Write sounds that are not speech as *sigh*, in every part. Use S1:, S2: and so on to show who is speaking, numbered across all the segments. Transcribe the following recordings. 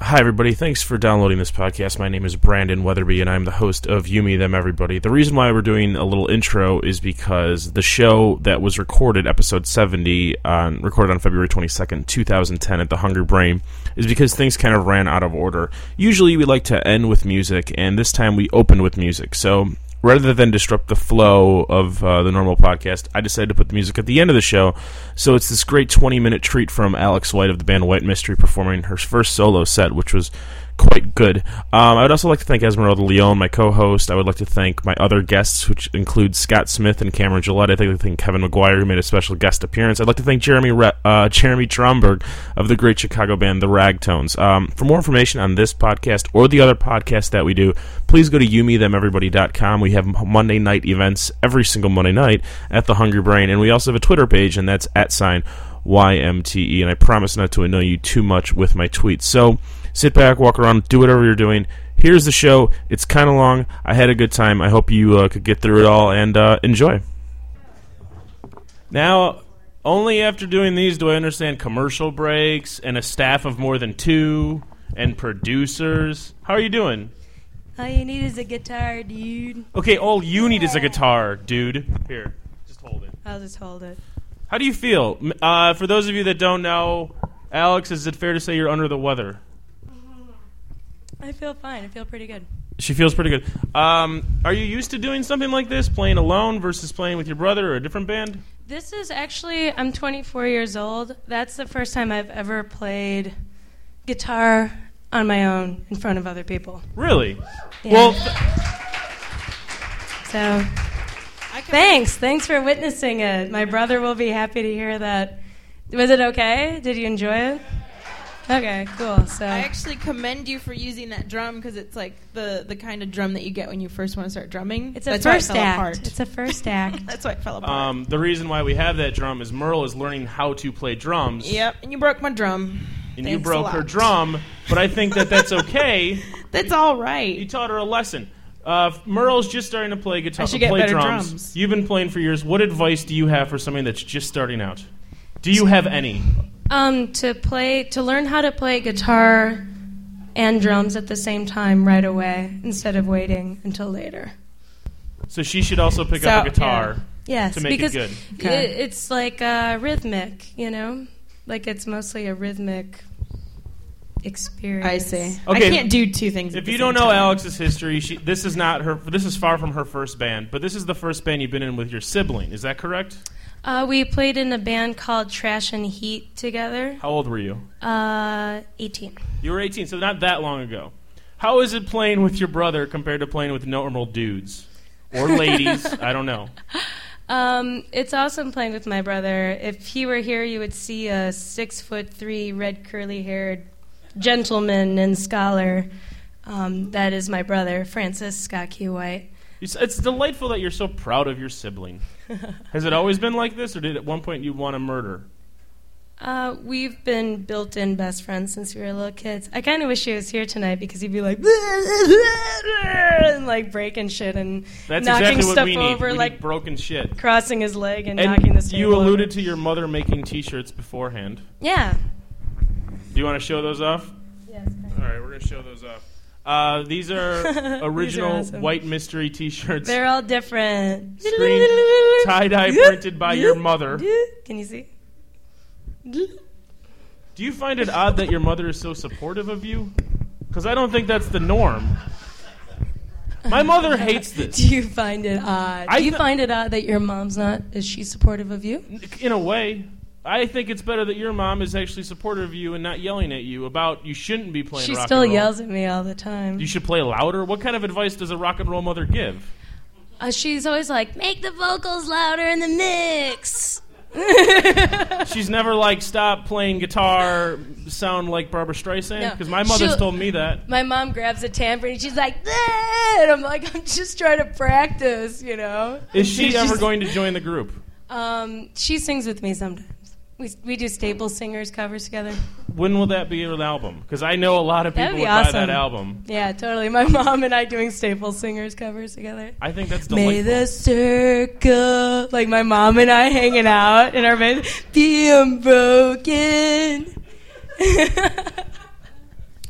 S1: Hi, everybody. Thanks for downloading this podcast. My name is Brandon Weatherby, and I'm the host of Yumi Them Everybody. The reason why we're doing a little intro is because the show that was recorded, episode 70, on, recorded on February 22nd, 2010, at the Hungry Brain, is because things kind of ran out of order. Usually we like to end with music, and this time we opened with music. So rather than disrupt the flow of uh, the normal podcast, I decided to put the music at the end of the show. So it's this great 20 minute treat from Alex White of the band White Mystery performing her first solo set, which was quite good. Um, I would also like to thank Esmeralda Leon, my co host. I would like to thank my other guests, which include Scott Smith and Cameron Gillette. I think I thank Kevin McGuire, who made a special guest appearance. I'd like to thank Jeremy Re- uh, Jeremy Tromberg of the great Chicago band The Ragtones. Um, for more information on this podcast or the other podcast that we do, please go to youmethemeverybody.com. We have Monday night events every single Monday night at The Hungry Brain, and we also have a Twitter page, and that's at sign YMTE. E, And I promise not to annoy you too much with my tweets. So, sit back, walk around, do whatever you're doing. Here's the show. It's kind of long. I had a good time. I hope you uh, could get through it all and uh, enjoy. Now, only after doing these do I understand commercial breaks and a staff of more than two and producers. How are you doing?
S2: All you need is a guitar, dude.
S1: Okay, all you need is a guitar, dude. Here, just hold it.
S2: I'll just hold it.
S1: How do you feel? M- Uh, for those of you that don't know, Alex, is it fair to say you're under the weather?
S2: I feel fine. I feel pretty good.
S1: She feels pretty good. Um, are you used to doing something like this, playing alone versus playing with your brother or a different band?
S2: This is actually, I'm 24 years old. That's the first time I've ever played guitar on my own in front of other people.
S1: Really?
S2: Yeah.
S1: Well, th-
S2: So, thanks. Thanks for witnessing it. My brother will be happy to hear that. Was it okay? Did you enjoy it? Okay, cool. So,
S3: I actually commend you for using that drum because it's like the, the kind of drum that you get when you first want to start drumming.
S2: it's a
S3: That's why it
S2: first
S3: fell
S2: act.
S3: apart.
S2: It's a first *laughs* act.
S3: *laughs* That's why it fell apart.
S1: um, the reason why we have that drum is Merle is learning how to play drums.
S3: yep, and you broke my drum.
S1: And you
S3: Thanks a
S1: broke her
S3: lot.
S1: drum, but I think that that's okay.
S3: *laughs* That's all
S1: You
S3: right.
S1: taught her a lesson. Uh, Merle's just starting to play guitar.
S3: I should get
S1: play
S3: better
S1: drums.
S3: drums.
S1: You've been playing for years. What advice do you have for somebody that's just starting out? Do you have any?
S2: Um, to play, to learn how to play guitar and drums at the same time right away instead of waiting until later.
S1: So she should also pick up a
S3: So,
S1: guitar.
S2: Yes,
S1: To make it
S2: because
S1: good.
S2: i- it's like uh, rhythmic, you know, like it's mostly a rhythmic experience.
S3: I see.
S1: Okay.
S3: I can't do two things. at
S1: If
S3: the
S1: you
S3: same
S1: don't know
S3: time.
S1: Alex's history, she, this is not her. This is far from her first band, but this is the first band you've been in with your sibling. Is that correct?
S2: Uh, we played in a band called Trash and Heat together.
S1: How old were you?
S2: Uh, 18.
S1: You were 18, so not that long ago. How is it playing with your brother compared to playing with normal dudes or *laughs* ladies? I don't know.
S2: Um, it's awesome playing with my brother. If he were here, you would see a six foot three, red curly haired gentleman and scholar. Um, that is my brother, Francis Scott Key White.
S1: It's, it's delightful that you're so proud of your
S2: *laughs*
S1: sibling. Has it always been like this, or did at one point you want to murder?
S2: Uh, we've been built in best friends since we were little kids. I kind of wish he was here tonight because he'd be like, *laughs* and like breaking shit and
S1: That's
S2: knocking
S1: exactly what
S2: stuff
S1: we need.
S2: over,
S1: we
S2: like
S1: need broken shit.
S2: crossing his leg and, knocking
S1: And
S2: this.
S1: you alluded to your mother making T-shirts beforehand.
S2: Yeah.
S1: Do you want to show those off?
S2: Yes.
S1: All right, we're gonna show those up. Uh, these
S2: *laughs*
S1: are original
S2: awesome.
S1: white mystery T-shirts,
S2: They're all different.
S1: Screen tie-dye printed by your mother.
S2: Can you see?
S1: Do you find it odd that your mother is so supportive of you? Because I don't think that's the norm. My mother hates this
S2: Do you find it odd?
S1: I
S2: Do you
S1: th-
S2: find it odd that your mom's not? Is she supportive of you?
S1: in a way. I think it's better that your mom is actually supportive of you and not yelling at you about you shouldn't be playing.
S2: She
S1: rock
S2: still
S1: and roll.
S2: yells at me all the time.
S1: You should play louder. What kind of advice does a rock and roll mother give?
S2: Uh, she's always like, "Make the vocals louder in the mix." *laughs*
S1: She's never like stop playing guitar, sound like Barbara Streisand.
S2: No.
S1: Because my mother's
S2: She'll-
S1: told me that.
S2: My mom grabs a tambourine. She's like, "Ah," and I'm like, "I'm just trying to practice," you know.
S1: Is she
S2: She's
S1: ever
S2: just-
S1: going to join the group?
S2: Um, she sings with me sometimes. We we do Staples singers covers together.
S1: When will that be an album? Because I know a lot of
S2: That
S1: people
S2: would
S1: would
S2: be
S1: buy that
S2: awesome.
S1: album.
S2: Yeah, totally. My *laughs* mom and I doing Staples singers covers together.
S1: I think that's
S2: May
S1: delightful.
S2: the circle, like my mom and I hanging out in our bed, be unbroken.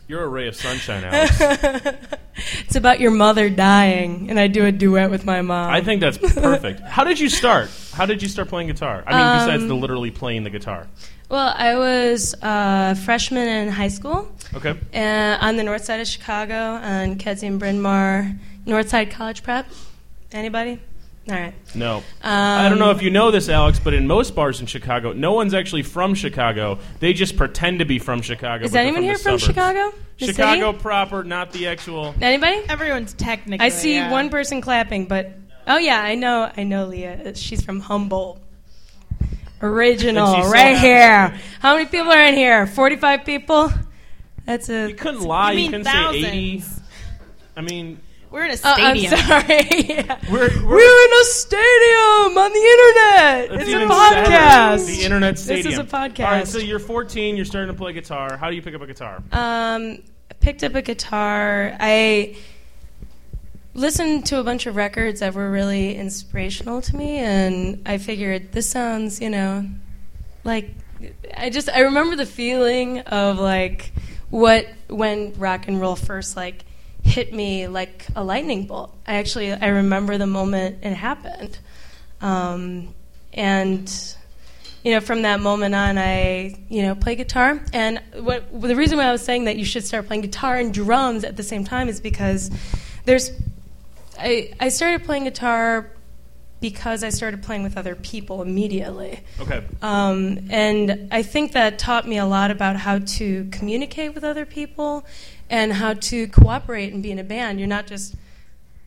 S1: You're a ray of sunshine, Alex.
S2: *laughs* It's about your mother dying, and I do a duet with my mom.
S1: I think
S2: *laughs*
S1: that's perfect. How did you start? How did you start playing guitar? I mean, besides
S2: Um,
S1: the literally playing the guitar.
S2: well, I was a freshman in high school
S1: Okay.
S2: uh, on the north side of Chicago on Kedzie and Bryn Mawr, Northside College Prep. Anybody? All right.
S1: No.
S2: Um,
S1: I don't know if you know this, Alex, but in most bars in Chicago, no one's actually from Chicago. They just pretend to be from Chicago.
S2: Is
S1: but they're
S2: anyone
S1: the
S2: here from
S1: suburbs.
S2: Chicago? The city?
S1: Chicago proper, not the actual.
S2: Anybody?
S3: Everyone's technically.
S2: I see
S3: yeah.
S2: one person clapping, but oh yeah, I know, I know, Leah. Uh, She's from Humboldt.
S1: And she
S2: Original,
S1: saw
S2: right
S1: that.
S2: here. How many people are in here? Forty-five people. That's
S1: You
S2: a.
S1: couldn't lie.
S3: You
S1: You,
S3: mean
S1: couldn't
S3: thousands.
S1: say eighty. I mean,
S3: We're in a
S2: Oh, I'm
S3: stadium.
S2: sorry. *laughs* Yeah.
S1: we're
S2: We're in a stadium on the internet.
S1: That's
S2: It's
S1: even
S2: a
S1: sadder.
S2: podcast.
S1: The internet stadium.
S2: This is a podcast.
S1: All right, so you're 14. You're starting to play guitar. How do you pick up a guitar?
S2: Um, I picked up a guitar. I listened to a bunch of records that were really inspirational to me, and I figured this sounds, you know, like I just I remember the feeling of like what when rock and roll first like hit me like a lightning bolt. I actually I remember the moment it happened, um, and you know, from that moment on, I, you know, play guitar. And what the reason why I was saying that you should start playing guitar and drums at the same time is because there's, I, I started playing guitar because I started playing with other people immediately.
S1: Okay.
S2: Um, and I think that taught me a lot about how to communicate with other people and how to cooperate and be in a band. You're not just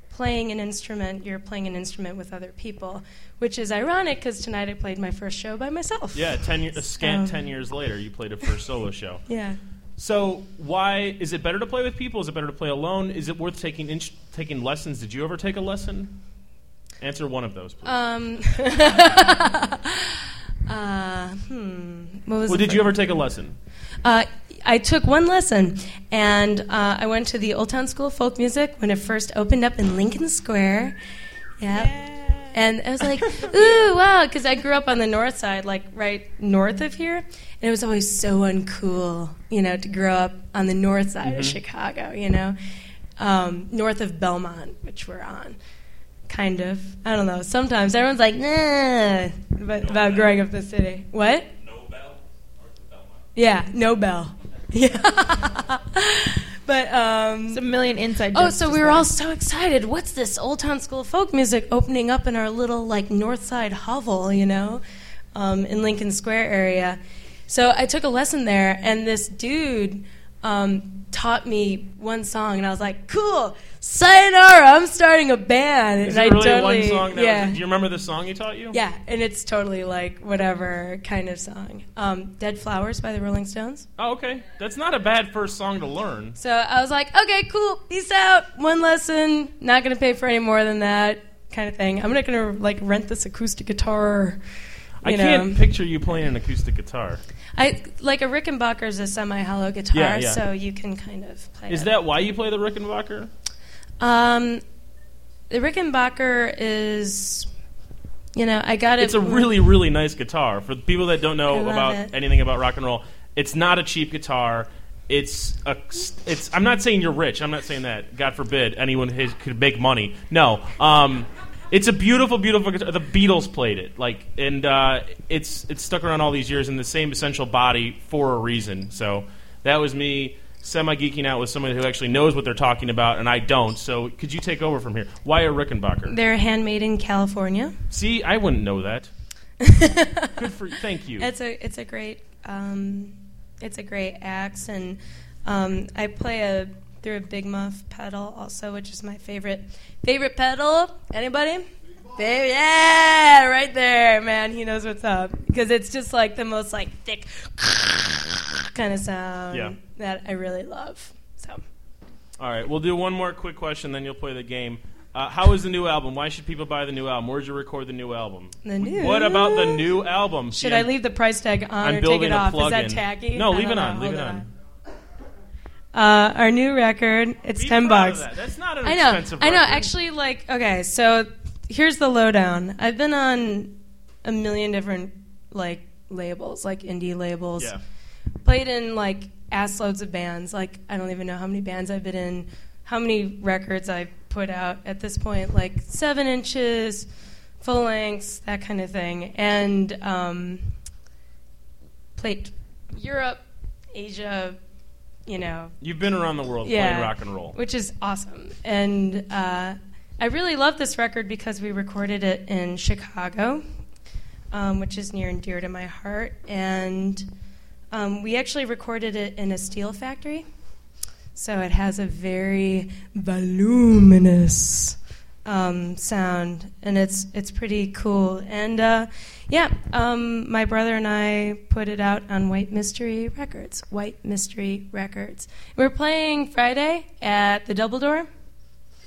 S2: playing an instrument, you're playing an instrument with other people, which is ironic because tonight I played my first show by myself.
S1: Yeah, ten year, a scant
S2: Um,
S1: ten years later, you played a first solo show.
S2: Yeah.
S1: So why is it better to play with people? Is it better to play alone? Is it worth taking ins- taking lessons? Did you ever take a lesson? Answer one of those, please.
S2: Um, *laughs* uh, hmm. What was
S1: well,
S2: the
S1: did you ever take a lesson?
S2: Uh, I took one lesson, and uh, I went to the Old Town School of Folk Music when it first opened up in Lincoln Square. Yep. And I was like, ooh, wow, because I grew up on the north side, like right north of here. And it was always so uncool, you know, to grow up on the north side of Chicago, you know, um, north of Belmont, which we're on, kind of. I don't know. Sometimes everyone's like, nah, about, about growing up in the city. What? Yeah, no bell. *laughs* Yeah. but um
S3: It's a million inside jokes.
S2: Oh, so
S3: just
S2: we were
S3: there.
S2: all so excited. What's this old town school of folk music opening up in our little like north side hovel, you know, um, in Lincoln Square area? So I took a lesson there, and this dude um, taught me one song, and I was like, "Cool, sayonara, I'm starting a band."
S1: Is
S2: and
S1: it
S2: I
S1: really
S2: totally,
S1: one song? That
S2: yeah,
S1: Was, do you remember the song he taught you?
S2: yeah, and it's totally like whatever kind of song. Um, Dead Flowers by the Rolling Stones.
S1: Oh, okay. That's not a bad first song to learn.
S2: So I was like, okay, cool, peace out, one lesson, not gonna pay for any more than that kind of thing. I'm not gonna like rent this acoustic guitar.
S1: I
S2: you
S1: can't
S2: know.
S1: picture you playing an acoustic guitar.
S2: I like a Rickenbacker is a semi-hollow guitar,
S1: Yeah, yeah.
S2: so you can kind of play.
S1: Is
S2: it.
S1: that why you play the Rickenbacker?
S2: Um, the Rickenbacker is, you know, I got it.
S1: It's a really, really nice guitar. For the people that don't
S2: I
S1: know
S2: love
S1: about
S2: it.
S1: anything about rock and roll, it's not a cheap guitar. It's a, it's. I'm not saying you're rich. I'm not saying that. God forbid anyone has, could make money. No. Um, it's a beautiful, beautiful guitar. The Beatles played it, like, and uh, it's it's stuck around all these years in the same essential body for a reason. So that was me semi geeking out with someone who actually knows what they're talking about, and I don't. So could you take over from here? Why a Rickenbacker?
S2: They're handmade in California.
S1: See, I wouldn't know
S2: *laughs*
S1: that. Good for thank you.
S2: It's a it's a great um, it's a great axe, and um, I play a through a Big Muff pedal also, which is my favorite favorite pedal. Anybody? Baby, yeah, right there, man. He knows what's up because it's just like the most like thick *laughs* kind of sound
S1: Yeah.
S2: that I really love. So
S1: All right, we'll do one more quick question, then you'll play the game. Uh, how is the new album? Why should people buy the new album? Where'd you record the new album?
S2: the new.
S1: What about the new album? See,
S2: Should I
S1: I'm-
S2: leave the price tag on
S1: I'm
S2: or take
S1: building
S2: it
S1: a
S2: off? Is
S1: plug-in.
S2: that tacky?
S1: No,
S2: I
S1: leave it
S2: don't
S1: on,
S2: know.
S1: leave
S2: Hold
S1: it
S2: on. Uh, our new record. It's
S1: Be
S2: ten
S1: proud of
S2: bucks.
S1: that. That's not an
S2: I know.
S1: expensive.
S2: I know.
S1: record.
S2: Actually, like, okay, so here's the lowdown. I've been on a million different like labels, like indie labels.
S1: yeah.
S2: played in like ass loads of bands. Like I don't even know how many bands I've been in, how many records I've put out at this point. Like seven inches, full lengths, that kind of thing. And um, played Europe, Asia, you know,
S1: You've been around the world
S2: Yeah.
S1: playing rock and roll.
S2: which is awesome. And uh, I really love this record because we recorded it in Chicago, um, which is near and dear to my heart. And um, we actually recorded it in a steel factory, so it has a very voluminous um, sound, and it's it's pretty cool. And uh, yeah, um, my brother and I put it out on White Mystery Records. White Mystery Records. We're playing Friday at the Double Door.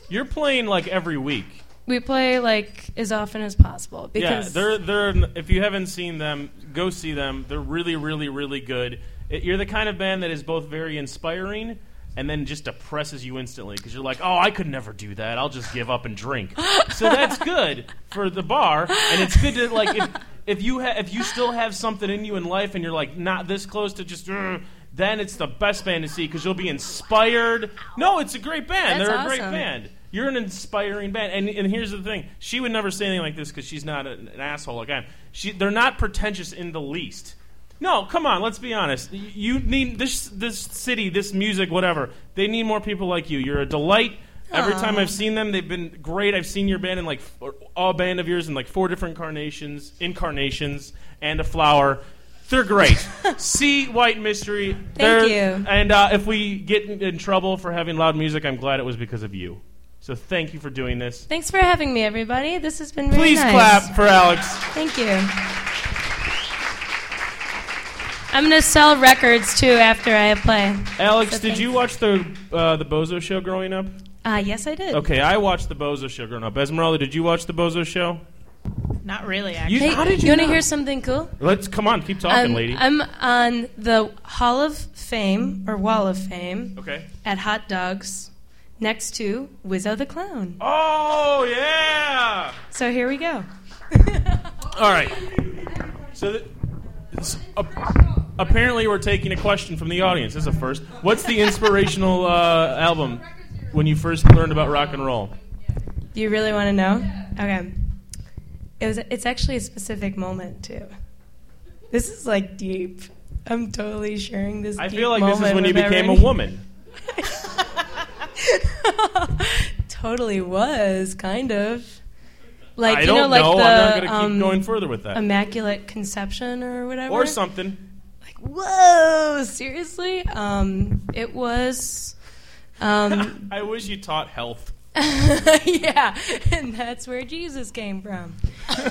S1: You're playing like every week.
S2: We play like as often as possible
S1: yeah,
S2: because
S1: they're they're. If you haven't seen them, go see them. They're really, really, really good. It, you're the kind of band that is both very inspiring and then just depresses you instantly because you're like, oh, I could never do that. I'll just give up and drink. so
S2: *laughs*
S1: that's good for the bar, and it's good to like if, if you ha- if you still have something in you in life and you're like not this close to just. "Ugh," then it's the best band to see because you'll be inspired. No, it's a great band.
S2: That's
S1: They're a great
S2: awesome.
S1: band band. You're an inspiring band. And, and here's the thing: she would never say anything like this because she's not an, an asshole like I am. She, they're not pretentious in the least. No, come on. Let's be honest. Y- You need this this city, this music, whatever. They need more people like you. You're a delight. Every time I've seen them, they've been great. I've seen your band in like f- all band of yours in like four different carnations, incarnations, and a flower. They're great.
S2: *laughs*
S1: See White Mystery.
S2: Thank
S1: They're-
S2: you.
S1: and uh, if we get in, in trouble for having loud music, I'm glad it was because of you. So thank you for doing this.
S2: Thanks for having me, everybody. This has been very
S1: Please
S2: nice.
S1: clap for Alex.
S2: Thank you. I'm gonna sell records too after I play.
S1: Alex,
S2: So
S1: did you watch the uh, the Bozo Show growing up?
S2: Uh, yes, I did.
S1: Okay, I watched the Bozo Show growing up. Esmeralda, did you watch the Bozo Show?
S3: Not really, actually.
S1: You,
S2: Hey,
S1: how did you?
S2: you want to
S1: know?
S2: hear something cool?
S1: Let's come on, keep talking,
S2: Um,
S1: lady.
S2: I'm on the Hall of Fame or Wall of Fame
S1: okay.
S2: at Hot Dogs, next to Wizzo the Clown.
S1: Oh yeah.
S2: So here we go.
S1: *laughs* All right. So, th- s- ap- apparently, we're taking a question from the audience. That's a first. What's the inspirational uh, album when you first learned about rock and roll?
S2: Do you really want to know? Okay. It was. It's actually a specific moment too. This is like deep. I'm totally sharing this.
S1: I
S2: deep
S1: feel like this is
S2: moment
S1: when you
S2: with
S1: became a
S2: everybody.
S1: woman.
S2: *laughs* totally was kind of like
S1: I
S2: you
S1: don't
S2: know, like the
S1: I'm not going to keep
S2: um,
S1: going further with that.
S2: immaculate conception or whatever
S1: Or something.
S2: like whoa seriously um it was um *laughs*
S1: I wish you taught health.
S2: yeah and that's where jesus came from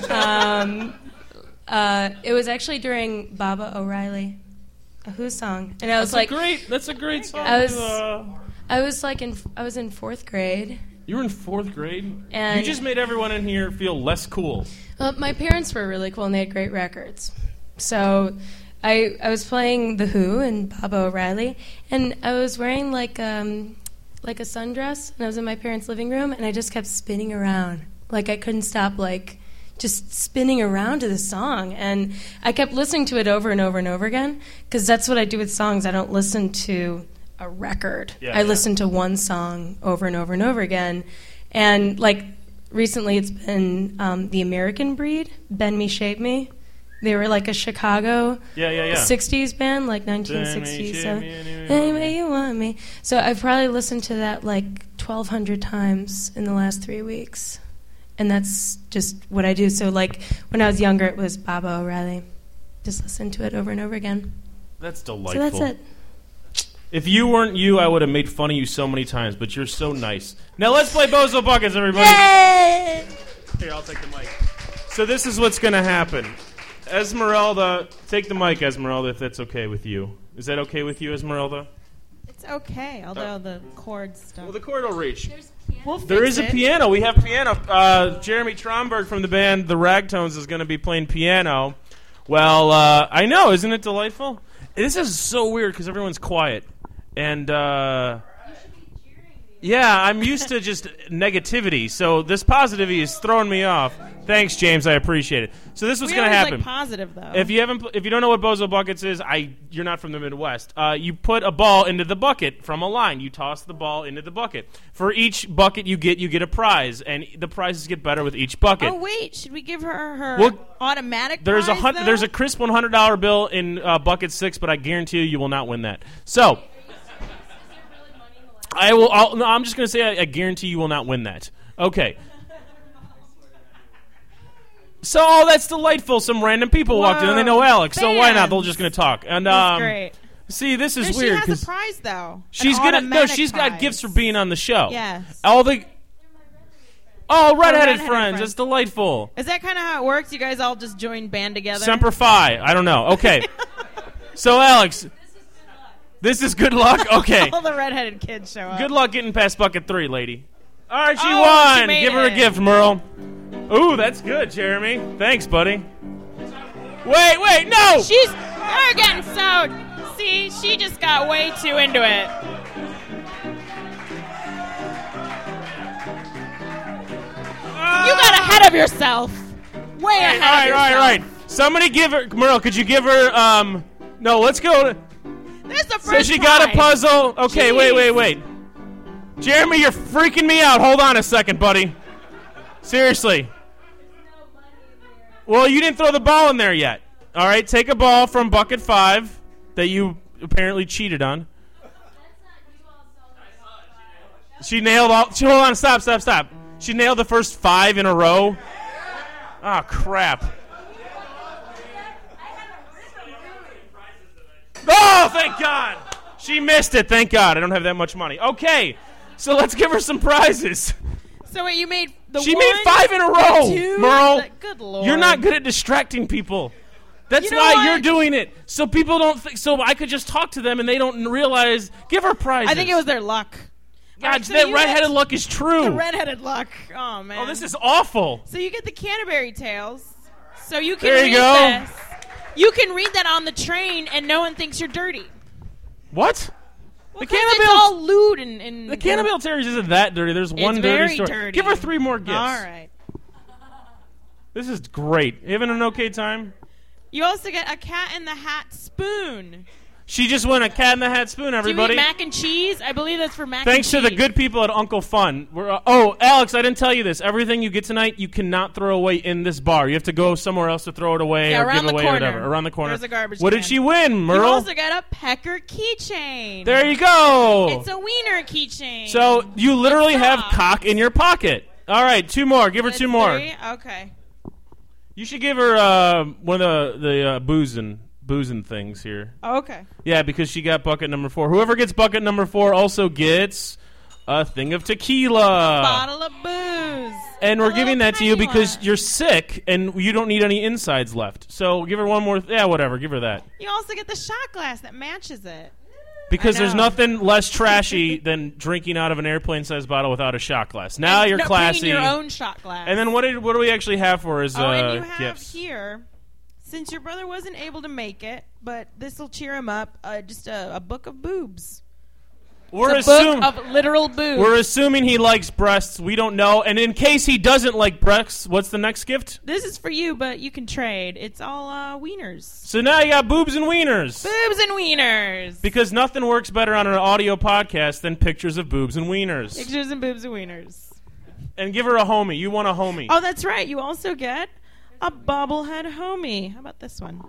S2: um uh it was actually during baba o'reilly a who song and i was
S1: That's
S2: like
S1: a great. That's a great song.
S2: I was-
S1: Uh,
S2: i was like in i was in fourth grade
S1: you were in fourth grade.
S2: And-
S1: you just made everyone in here feel less cool.
S2: Uh, my parents were really cool, and they had great records. So I I was playing The Who and Bob O'Reilly, and I was wearing like um like a sundress, and I was in my parents' living room, and I just kept spinning around, like I couldn't stop, like just spinning around to the song, and I kept listening to it over and over and over again because that's what I do with songs. I don't listen to a record.
S1: Yeah,
S2: I
S1: yeah.
S2: listen to one song over and over and over again, and like recently it's been um, the American Breed, Bend Me, Shape Me. They were like a Chicago
S1: Yeah, yeah, yeah.
S2: 60s band, like
S1: Bend me,
S2: 1967.
S1: shape me, anyway.
S2: Any way you want me. So I've probably listened to that like 1,200 times in the last three weeks. And that's just what I do. So, like, when I was younger, it was Baba O'Reilly. Just listen to it over and over again.
S1: That's delightful.
S2: So that's it.
S1: If you weren't you, I would have made fun of you so many times, but you're so nice. Now let's play Bozo Buckets, everybody. Here, I'll take the mic. So this is what's going to happen. Esmeralda, take the mic, Esmeralda, if that's okay with you. Is that okay with you, Esmeralda?
S3: It's okay, although the chord stuff.
S1: Well, the cord will reach.
S3: We'll fix
S1: There is a
S3: it.
S1: piano. We have piano. Uh, Jeremy Tromberg from the band The Ragtones is going to be playing piano. Well, uh, I know. Isn't it delightful? This is so weird because everyone's quiet. And uh, Yeah, I'm used to just *laughs* negativity, so this positivity is throwing me off. Thanks, James. I appreciate it. So this was
S3: we
S1: going to
S3: always
S1: happen.
S3: like positive though.
S1: If you haven't, pl- if you don't know what bozo buckets is, I you're not from the Midwest. Uh, you put a ball into the bucket from a line. You toss the ball into the bucket. For each bucket you get, you get a prize, and the prizes get better with each bucket.
S3: oh wait, should we give her her
S1: Well,
S3: automatic?
S1: there's a
S3: prize,
S1: hun-
S3: though?
S1: there's a crisp one hundred dollar bill in uh, bucket six, but I guarantee you, you will not win that. So. I will. I'll, no, I'm just going to say I, I guarantee you will not win that. Okay. So oh, that's delightful. Some random people walked in and they know
S3: Whoa.
S1: Alex, so why not? They're
S3: Fans.
S1: just going to talk. And
S3: That's
S1: um,
S3: great.
S1: See, this is
S3: No, she
S1: weird
S3: has a prize though.
S1: she's
S3: An
S1: gonna no,
S3: automatic
S1: she's got
S3: prize.
S1: gifts for being on the show.
S3: Yes.
S1: all the oh, redheaded
S3: redheaded
S1: friends,
S3: friends.
S1: that's delightful.
S3: Is that kind of how it works? You guys all just join band together.
S1: Semper Fi. I don't know. Okay,
S3: *laughs*
S1: so Alex, this is good luck. *laughs* Okay,
S3: all the redheaded kids show up.
S1: good luck getting past bucket three, lady. All right, she
S3: Oh, she
S1: won.
S3: made
S1: Give her a
S3: it.
S1: gift, Merle. Ooh, that's good, Jeremy. Thanks, buddy. Wait, wait, no.
S3: She's you're getting so. See, she just got way too into it. You got ahead of yourself. Way
S1: All Ah. right,
S3: ahead. of
S1: all right, all
S3: yourself.
S1: right. Somebody give her Merle. Could you give her? Um, no. Let's go. To,
S3: There's the
S1: So
S3: first.
S1: she got a
S3: prize.
S1: puzzle. Okay, wait,
S3: Jeez.
S1: wait, wait. Jeremy, you're freaking me out. Hold on a second, buddy. Seriously. Well, you didn't throw the ball in there yet. All right, take a ball from bucket five that you apparently cheated on. She nailed all. She, hold on, stop, stop, stop. She nailed the first five in a row. Ah, crap. Oh, thank God. She missed it. Thank God. I don't have that much money. Okay, so let's give her some prizes.
S3: So wait, you made the
S1: She
S3: one,
S1: made five in a row.
S3: two,
S1: Merle,
S3: the- good lord.
S1: you're not good at distracting people. That's
S3: You know
S1: why
S3: what?
S1: you're doing it. So people don't think. So I could just talk to them and they don't realize. Give her prizes.
S3: I think it was their luck.
S1: God,
S3: Alright, so
S1: that
S3: you
S1: redheaded
S3: get-
S1: look is true.
S3: The redheaded luck. Oh man.
S1: oh, this is awful.
S3: So you get the Canterbury Tales. So you can
S1: There you
S3: read
S1: go.
S3: this. You can read that on the train, and no one thinks you're dirty.
S1: What?
S3: Well, 'cause
S1: Canterbury-
S3: It's all lewd and, and
S1: The Cannibal Terries isn't that dirty. There's one dirty
S3: very
S1: story.
S3: dirty.
S1: Give her three more gifts.
S3: All right.
S1: This is great. You having an okay time?
S3: You also get a cat in the hat spoon.
S1: She just won a cat in the hat spoon,
S3: Do you eat
S1: everybody.
S3: mac and cheese? I believe that's for mac.
S1: Thanks to
S3: and
S1: the
S3: cheese.
S1: good people at Uncle Fun. We're, uh, oh, Alex, I didn't tell you this. Everything you get tonight, you cannot throw away in this bar. You have to go somewhere else to throw it away
S3: Yeah,
S1: or
S3: around
S1: give
S3: the
S1: away or
S3: corner.
S1: whatever. Around the corner.
S3: There's a garbage
S1: what
S3: can.
S1: did she win,
S3: You
S1: Merle?
S3: also got a pecker keychain.
S1: there you go.
S3: It's a wiener keychain.
S1: so you literally
S3: It's
S1: have
S3: soft.
S1: cock in your pocket. All right, two more. Give her
S3: That's
S1: two more.
S3: three? Okay.
S1: You should give her uh, one of the the uh, boozing boozing things here.
S3: Okay.
S1: Yeah, because she got bucket number four. Whoever gets bucket number four also gets a thing of tequila.
S3: Bottle of booze.
S1: and we're
S3: a
S1: giving
S3: little
S1: that to you
S3: tiny
S1: because
S3: one.
S1: you're sick and you don't need any insides left. So give her one more. yeah, whatever. Give her that
S3: You also get the shot glass that matches it.
S1: because there's
S3: know.
S1: nothing less trashy *laughs* than drinking out of an airplane-sized bottle without a shot glass. Now
S3: And
S1: Ah, you're
S3: no-
S1: classy.
S3: Bringing your own shot glass.
S1: and then what did what do we actually have for his
S3: oh,
S1: uh,
S3: and you have
S1: gifts?
S3: here, since your brother wasn't able to make it, but this will cheer him up. Uh, just a, a book of boobs.
S1: We're
S3: It's a
S1: assuming.
S3: book of literal boobs.
S1: We're assuming he likes breasts. We don't know. And in case he doesn't like breasts, what's the next gift?
S3: this is for you, but you can trade. It's all uh, wieners,
S1: So now you got boobs and wieners.
S3: boobs and wieners.
S1: Because nothing works better on an audio podcast than pictures of boobs and wieners.
S3: Pictures and boobs and wieners.
S1: And give her a homie. You want a homie.
S3: Oh, that's right. You also get a bobblehead homie. How about this one?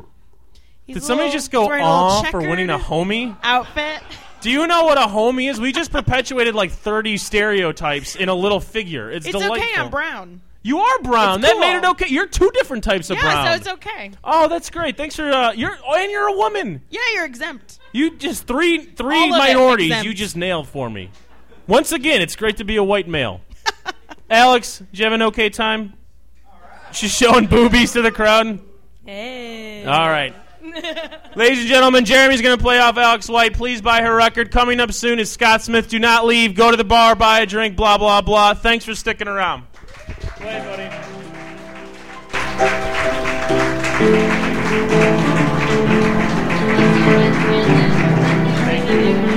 S3: He's
S1: Did
S3: a
S1: somebody
S3: little-
S1: just go
S3: he's wearing a little
S1: on for winning a
S3: checkered
S1: homie?
S3: outfit?
S1: Do you know what a homie is? We just perpetuated like 30 stereotypes in a little figure. It's,
S3: It's
S1: delightful.
S3: okay. I'm brown.
S1: You are brown.
S3: It's
S1: that
S3: cool.
S1: made it okay. You're two different types of
S3: Yeah,
S1: brown.
S3: so it's okay.
S1: oh, that's great. Thanks for uh, you're oh, and you're a woman.
S3: Yeah, you're exempt.
S1: You just three three
S3: All of it
S1: minorities
S3: exempt.
S1: you just nailed for me. Once again, it's great to be a white
S3: *laughs*
S1: male. Alex, did you have an okay time? She's showing boobies to the crowd.
S2: Hey.
S1: All right. Ladies and gentlemen, Jeremy's going to play off Alex White. Please buy her record. Coming up soon is Scott Smith. Do not leave. Go to the bar, buy a drink, blah, blah, blah. Thanks for sticking around. Play, buddy.
S4: Thank you.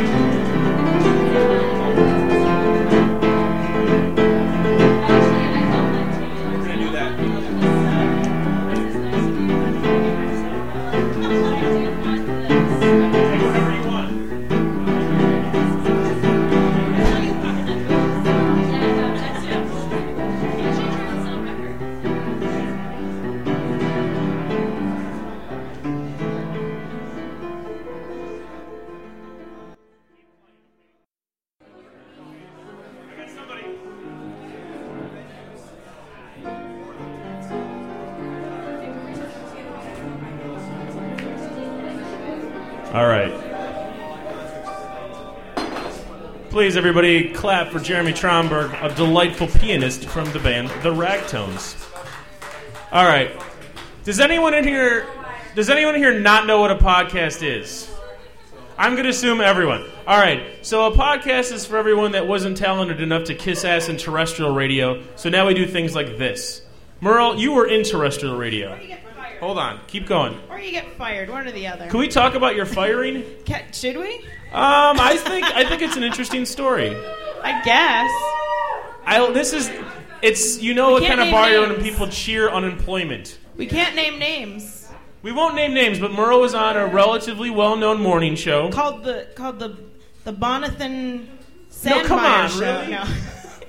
S1: All right. Please, everybody, clap for Jeremy Tromberg, a delightful pianist from the band The Ragtones. All right. Does anyone in here? Does anyone here not know what a podcast is? I'm going to assume everyone. All right. So a podcast is for everyone that wasn't talented enough to kiss ass in terrestrial radio. So now we do things like this. Merle, you were in terrestrial radio.
S3: Or you get fired.
S1: Hold on. Keep going.
S3: Or you get fired, one or the other.
S1: Can we talk about your *laughs* firing?
S3: Ca- should we?
S1: Um, I think I think it's an interesting story.
S3: I guess.
S1: I this is it's you know what
S3: can't
S1: kind of
S3: name
S1: bar you're in when
S3: names.
S1: people cheer unemployment.
S3: We can't name names.
S1: We won't name names, but Murrow was on a relatively well-known morning show.
S3: Called the called the the Bonathan
S1: No,
S3: Sandmeyer
S1: come on,
S3: show.
S1: really?
S3: No.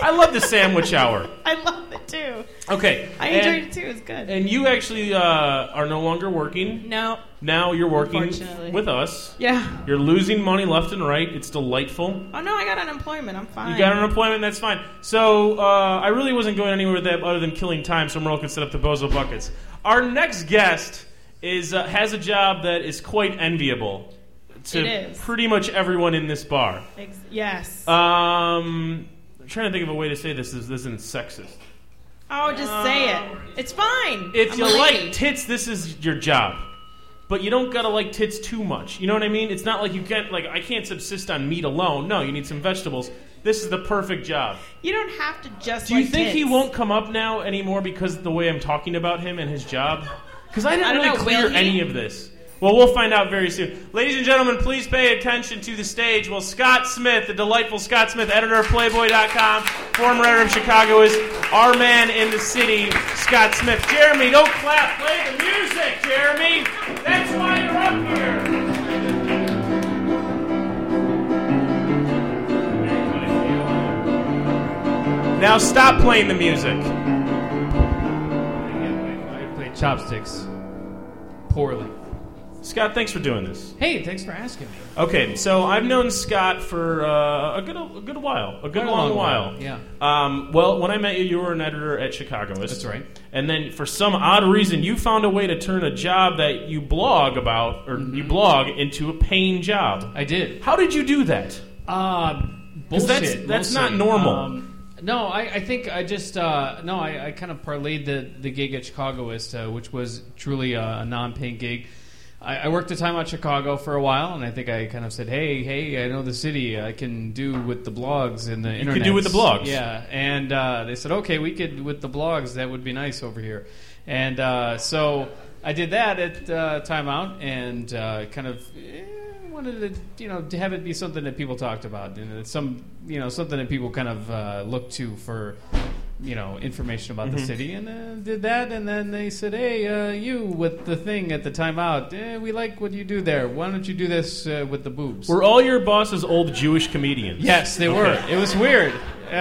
S1: I love the
S3: *laughs*
S1: sandwich hour.
S3: I love it too.
S1: Okay,
S3: I
S1: and,
S3: enjoyed it too. It's good.
S1: And you actually uh, are no longer working.
S3: no.
S1: Now you're working
S3: Unfortunately.
S1: with us.
S3: Yeah.
S1: You're losing money left and right. It's delightful.
S3: Oh no, I got unemployment. I'm fine.
S1: You got unemployment, that's fine. So uh, I really wasn't going anywhere with that other than killing time, so Merle can set up the bozo buckets. Our next guest is uh, has a job that is quite enviable to
S3: It is.
S1: pretty much everyone in this bar.
S3: Ex- yes.
S1: Uh, Um, I'm trying to think of a way to say this. This isn't sexist.
S3: oh, just say it. It's fine.
S1: If
S3: I'm
S1: you
S3: a lady.
S1: like tits, this is your job. But you don't gotta like tits too much. You know what I mean? It's not like you can't like I can't subsist on meat alone. No, you need some vegetables. This is the perfect job.
S3: you don't have to just.
S1: Do you
S3: like
S1: think he
S3: tits.
S1: won't come up now anymore because of the way I'm talking about him and his job? Because I didn't
S3: I don't
S1: really
S3: know,
S1: clear
S3: will he?
S1: any of this. Well, we'll find out very soon. Ladies and gentlemen, please pay attention to the stage. Well, Scott Smith, the delightful Scott Smith, editor of Playboy.com, former editor of Chicago, is our man in the city, Scott Smith. Jeremy, don't clap. Play the music, Jeremy. That's why you're up here. Now stop playing the music.
S4: I played chopsticks poorly.
S1: Scott, thanks for doing this.
S4: Hey, thanks for asking me.
S1: Okay, so I've known Scott for uh, a good a good while, a good
S4: Quite a
S1: long,
S4: long
S1: while.
S4: while, yeah.
S1: Um, well, when I met you, you were an editor at Chicagoist.
S4: That's right.
S1: And then, for some odd reason, you found a way to turn a job that you blog about or
S4: Mm-hmm.
S1: you blog into a paying job.
S4: I did.
S1: How did you do that?
S4: Uh,
S1: 'Cause
S4: bullshit.
S1: that's- that's not
S4: mostly.
S1: normal.
S4: Um, no, I, I think I just uh, no, I, I kind of parlayed the the gig at Chicagoist, uh, which was truly a, a non-paying gig. I, I worked a time out Chicago for a while, and I think I kind of said, "Hey, hey, I know the city. I can do with the blogs and the internet."
S1: could do with the blogs.
S4: yeah. Yeah, and uh, they said, okay, we could with the blogs. That would be nice over here, and uh, so I did that at uh, Time Out, and uh, kind of eh, wanted to, you know, to have it be something that people talked about, and it's some, you know, something that people kind of uh, look to for. You know information about the city, and uh, did that, and then they said, "Hey, uh, you with the thing at the timeout? Eh, we like what you do there. Why don't you do this uh, with the boobs?"
S1: Were all your bosses old Jewish comedians?
S4: Yes, they were.
S1: Okay.
S4: It was weird. Uh,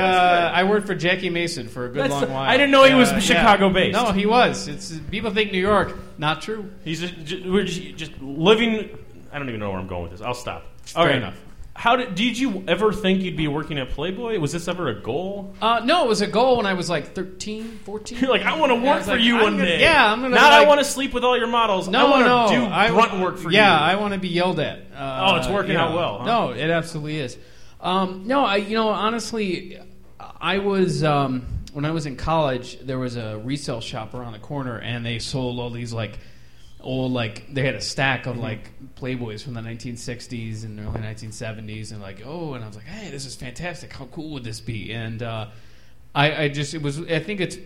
S4: I worked for Jackie Mason for a good
S1: That's-
S4: long while.
S1: I didn't know he was
S4: Uh, yeah.
S1: Chicago-based.
S4: No, he was. It's people think New York. Not true.
S1: He's just, ju- we're just, just living. I don't even know where I'm going with this. I'll stop. All right.
S4: enough.
S1: How did did you ever think you'd be working at Playboy? Was this ever a goal?
S4: Uh, no, it was a goal when I was like 13, 14.
S1: You're like, I want to work
S4: Yeah, it's
S1: for
S4: like,
S1: you
S4: I'm
S1: one
S4: gonna-
S1: day.
S4: yeah, I'm gonna,
S1: Not I
S4: like-
S1: want to sleep with all your models. I
S4: no,
S1: want to do
S4: no, I
S1: grunt work for
S4: yeah,
S1: you.
S4: I want to be yelled at. Uh,
S1: Oh, it's working
S4: yeah.
S1: out well, huh?
S4: No, it absolutely is. Um, no, I you know honestly, I was um, when I was in college. There was a resale shop around the corner, and they sold all these like old like they had a stack of like Playboys from the 1960s and early 1970s, and like oh, and I was like, hey, this is fantastic. How cool would this be? And uh, I, I just it was. I think it's.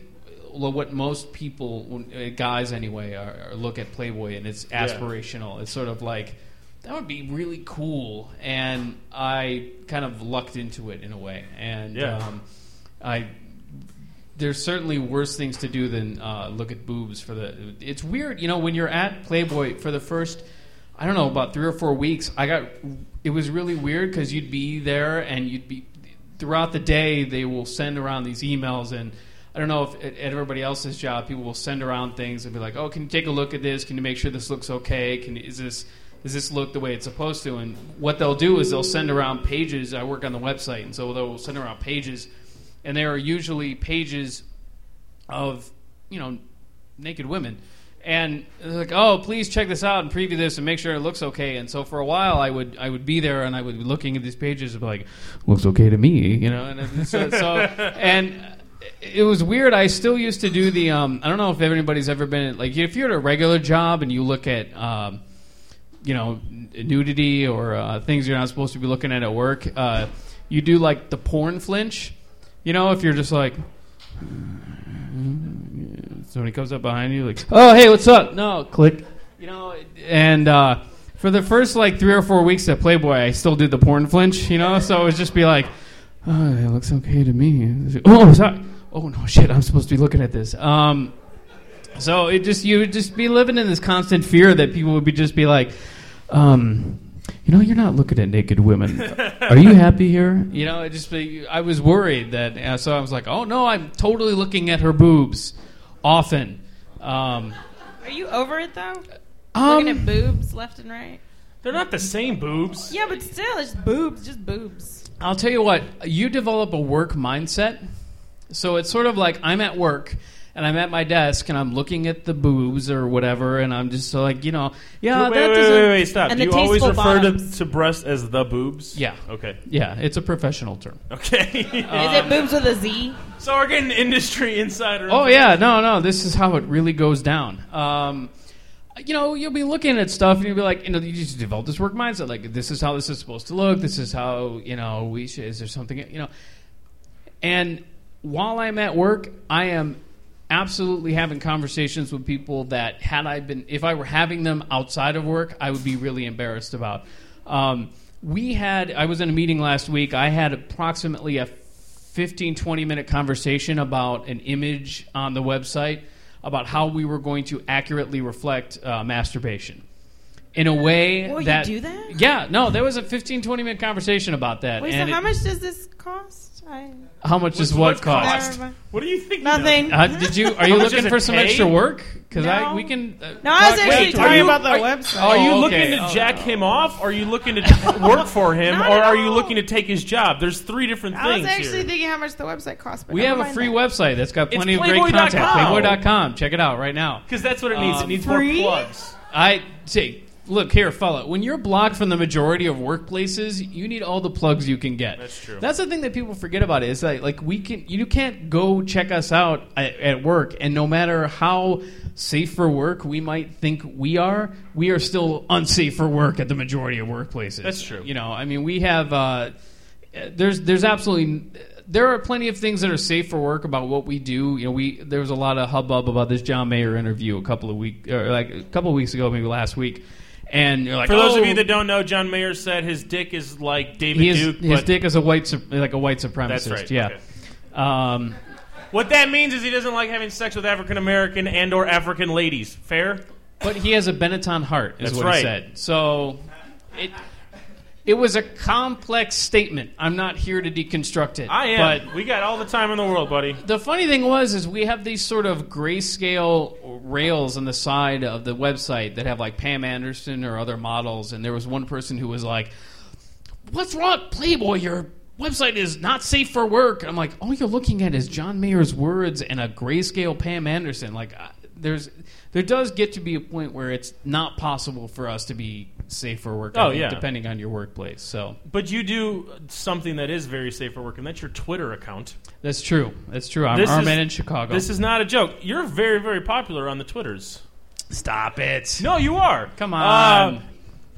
S4: What most people, when- uh, guys anyway, are, are look at Playboy and it's aspirational. It's sort of like that would be really cool, and I kind of lucked into it in a way. And
S1: Yeah.
S4: um, I there's certainly worse things to do than uh, look at boobs for the. It's weird, you know, when you're at Playboy for the first, I don't know, about three or four weeks. I got it was really weird because you'd be there and you'd be throughout the day. They will send around these emails and. I don't know if at at everybody else's job, people will send around things and be like, "Oh, can you take a look at this? Can you make sure this looks okay? Can is this does this look the way it's supposed to?" And what they'll do is they'll send around pages. I work on the website, and so they'll send around pages and there are usually pages of you know naked women and it was like, oh, please check this out and preview this and make sure it looks okay. And so for a while, I would I would be there and I would be looking at these pages and be like, looks okay to me, you know. And it- so, so and it was weird. I still used to do the um, I don't know if anybody's ever been like if you're at a regular job and you look at. Um, you know n- nudity or uh, things you're not supposed to be looking at at work uh, you do like the porn flinch you know if you're just like somebody comes up behind you like oh hey what's up no click you know and uh, for the first like three or four weeks at playboy i still did the porn flinch you know so it would just be like oh it looks okay to me oh sorry oh no shit i'm supposed to be looking at this um, so it just you would just be living in this constant fear that people would be just be like, um, you know, you're not looking at
S1: *laughs*
S4: naked women. Are you happy here? You know, it just be, I was worried that uh, so I was like, oh no, I'm totally looking at her boobs often. Um,
S3: Are you over it though?
S4: um,
S3: Looking at boobs left and right.
S1: They're not the same boobs.
S3: Yeah, but still, it's boobs, just boobs.
S4: I'll tell you what, you develop a work mindset. So it's sort of like I'm at work and I'm at my desk and I'm looking at the boobs or whatever and I'm just like, you know, yeah,
S1: wait,
S4: that
S1: wait,
S4: doesn't
S1: wait, wait, wait, stop.
S3: and
S1: Do
S3: the
S1: you always
S3: tasteful
S1: refer to,
S3: bottoms.
S1: to breasts as the boobs?
S4: Yeah. Uh,
S1: Okay. *laughs*
S4: Yeah, it's a professional term.
S1: Okay.
S3: Is it boobs with a Z?
S1: so we're getting industry insider.
S4: Oh yeah, no, no. This is how it really goes down. Um, you know, you'll be looking at stuff and you'll be like, you know, you just develop this work mindset. Like, this is how this is supposed to look. This is how you know we should. Is there something you know? And while I'm at work, I am absolutely having conversations with people that had I been, if I were having them outside of work, I would be really embarrassed about. Um, we had, I was in a meeting last week. I had approximately a 15, 20 minute conversation about an image on the website about how we were going to accurately reflect uh, masturbation. In a way
S3: Well, you
S4: that
S3: do that?
S4: Yeah, no, there was a 15, 20 minute conversation about that.
S3: Wait, so
S4: and it-
S3: how much does this cost? I,
S4: how much does what cost?
S3: Never mind.
S1: What do you think?
S3: nothing.
S4: Uh, did you? Are you
S1: much
S4: looking
S1: does
S4: for
S1: it
S4: some
S1: pay?
S4: extra work? Because I
S3: No.
S4: we can. Uh,
S3: No, I was
S4: talk-
S3: actually
S4: wait,
S3: talking
S4: are you-
S3: about the
S1: are you-
S3: website.
S1: Are you
S4: Oh, okay.
S1: looking to
S4: Oh,
S1: jack him off? Are you looking
S4: *laughs*
S1: to work for him,
S3: Not
S1: or
S3: at
S1: are you
S3: all.
S1: looking to take his job? There's three different
S3: I was
S1: things
S3: actually
S1: here.
S3: thinking how much the website costs. But
S4: We
S3: never
S4: have a
S3: mind
S4: free
S3: that.
S4: website that's got
S1: It's
S4: plenty of great
S1: playboy.com.
S4: content. Playboy.com. Check it out right now.
S1: Because that's what it needs. it
S4: Um,
S1: needs
S3: free?
S1: more plugs.
S4: I see. Look here, fella. When you're blocked from the majority of workplaces, you need all the plugs you can get.
S1: That's true.
S4: That's the thing that people forget about it. Is that like we can you can't go check us out at, at work, and no matter how safe for work we might think we are, we are still unsafe for work at the majority of workplaces.
S1: That's true.
S4: You know, I mean, we have. Uh, there's there's absolutely there are plenty of things that are safe for work about what we do. You know, we there was a lot of hubbub about this John Mayer interview a couple of week or like a couple of weeks ago, maybe last week. And you're like,
S1: For those
S4: oh,
S1: of you that don't know, John Mayer said his dick is like David
S4: he is,
S1: Duke.
S4: his
S1: but
S4: dick is a white sup- like a white supremacist.
S1: That's right,
S4: Yeah.
S1: okay.
S4: Um,
S1: What that means is he doesn't like having sex with African American and or African ladies. Fair?
S4: but he has a Benetton heart, is
S1: That's
S4: what
S1: right.
S4: he said. So it it was a complex statement. I'm not here to deconstruct it.
S1: I am.
S4: But
S1: we got all the time in the world, buddy.
S4: the funny thing was is we have these sort of grayscale rails on the side of the website that have like Pam Anderson or other models, and there was one person who was like, "What's wrong, Playboy? Your website is not safe for work." I'm like, "All you're looking at is John Mayer's words and a grayscale Pam Anderson." Like, I- there's there does get to be a point where it's not possible for us to be safe for work. I
S1: Oh,
S4: think,
S1: yeah.
S4: depending on your workplace. So
S1: But you do something that is very safe for work, and that's your Twitter account.
S4: that's true. That's true. I'm
S1: This
S4: our
S1: is-
S4: man in Chicago.
S1: This is not a joke. You're very, very popular on the Twitters.
S4: Stop it.
S1: No, you are.
S4: Come on.
S1: Uh,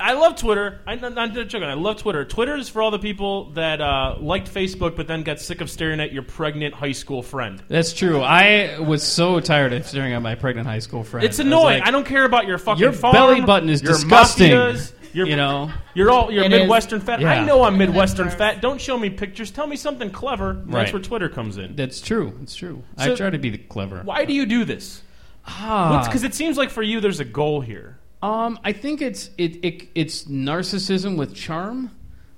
S1: I love Twitter. I, am not joking. I love Twitter. Twitter is for all the people that uh, liked Facebook but then got sick of staring at your pregnant high school friend.
S4: That's true. I was so tired of staring at my pregnant high school friend.
S1: It's
S4: I was
S1: annoying.
S4: like,
S1: I don't care about your fucking
S4: Your
S1: farm,
S4: belly button is
S1: your
S4: disgusting.
S1: mafias, your,
S4: you know,
S1: You're all you're
S2: It is.
S1: Midwestern fat. I
S4: Yeah.
S1: know I'm Midwestern fat. Don't show me pictures. Tell me something clever. That's
S4: Right.
S1: where Twitter comes in.
S4: that's true. It's true.
S1: So-
S4: I try to be the clever.
S1: Why do you do this?
S4: Ah,
S1: Because it seems like for you there's a goal here.
S4: um, I think it's it, it it's narcissism with charm.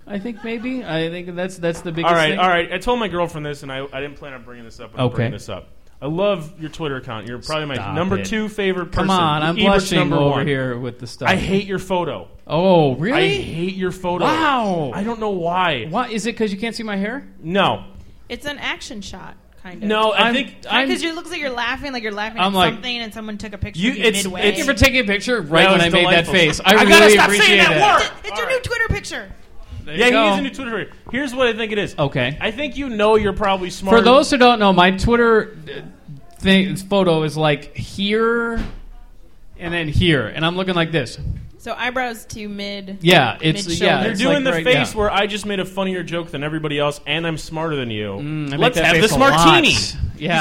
S4: I think maybe. I think that's that's the biggest.
S1: All right,
S4: thing.
S1: all right. I told my girlfriend this, and I, I didn't plan on bringing this up. But I'm
S4: Okay.
S1: bringing this up. I love your Twitter account. You're probably my
S4: Stop
S1: number
S4: it.
S1: two favorite person.
S4: Come on, I'm
S1: Ebert's
S4: blushing
S1: number
S4: over
S1: one.
S4: here with the stuff.
S1: I hate your photo.
S4: Oh,
S1: I
S4: really?
S1: hate your photo.
S4: Wow.
S1: I don't know why.
S4: Why is it? Because you can't see my hair?
S1: No.
S3: It's an action shot. kind of.
S1: No, I
S4: I'm-
S1: think I'm.
S3: because it looks like you're laughing, like you're laughing
S4: I'm
S3: at
S4: like-
S3: something, and someone took a picture
S1: You-
S3: of you
S1: it's-
S3: midway.
S1: it's-
S4: Thank you for taking a picture right
S1: That
S4: when
S1: was
S4: I made
S1: delightful.
S4: that face. I,
S1: I gotta
S4: really
S1: stop saying
S4: appreciate
S1: that
S4: that.
S1: word!
S3: it's your new Twitter picture.
S4: There you
S1: yeah,
S4: go.
S1: he needs a new Twitter. Here's what I think it is.
S4: Okay.
S1: I think you know you're probably smart.
S4: For those who don't know, my Twitter uh, thing photo is like here and then here, and I'm looking like this.
S3: So eyebrows to mid.
S4: Yeah, it's
S3: Mid-shoulder.
S4: yeah.
S1: You're
S4: it's
S1: doing
S4: like
S1: the
S4: right-
S1: face
S4: yeah.
S1: where I just made a funnier joke than everybody else, and I'm smarter than you.
S4: Mm, I make
S1: Let's
S4: that
S1: have
S4: face
S1: this
S4: a lot.
S1: martini.
S4: Yeah,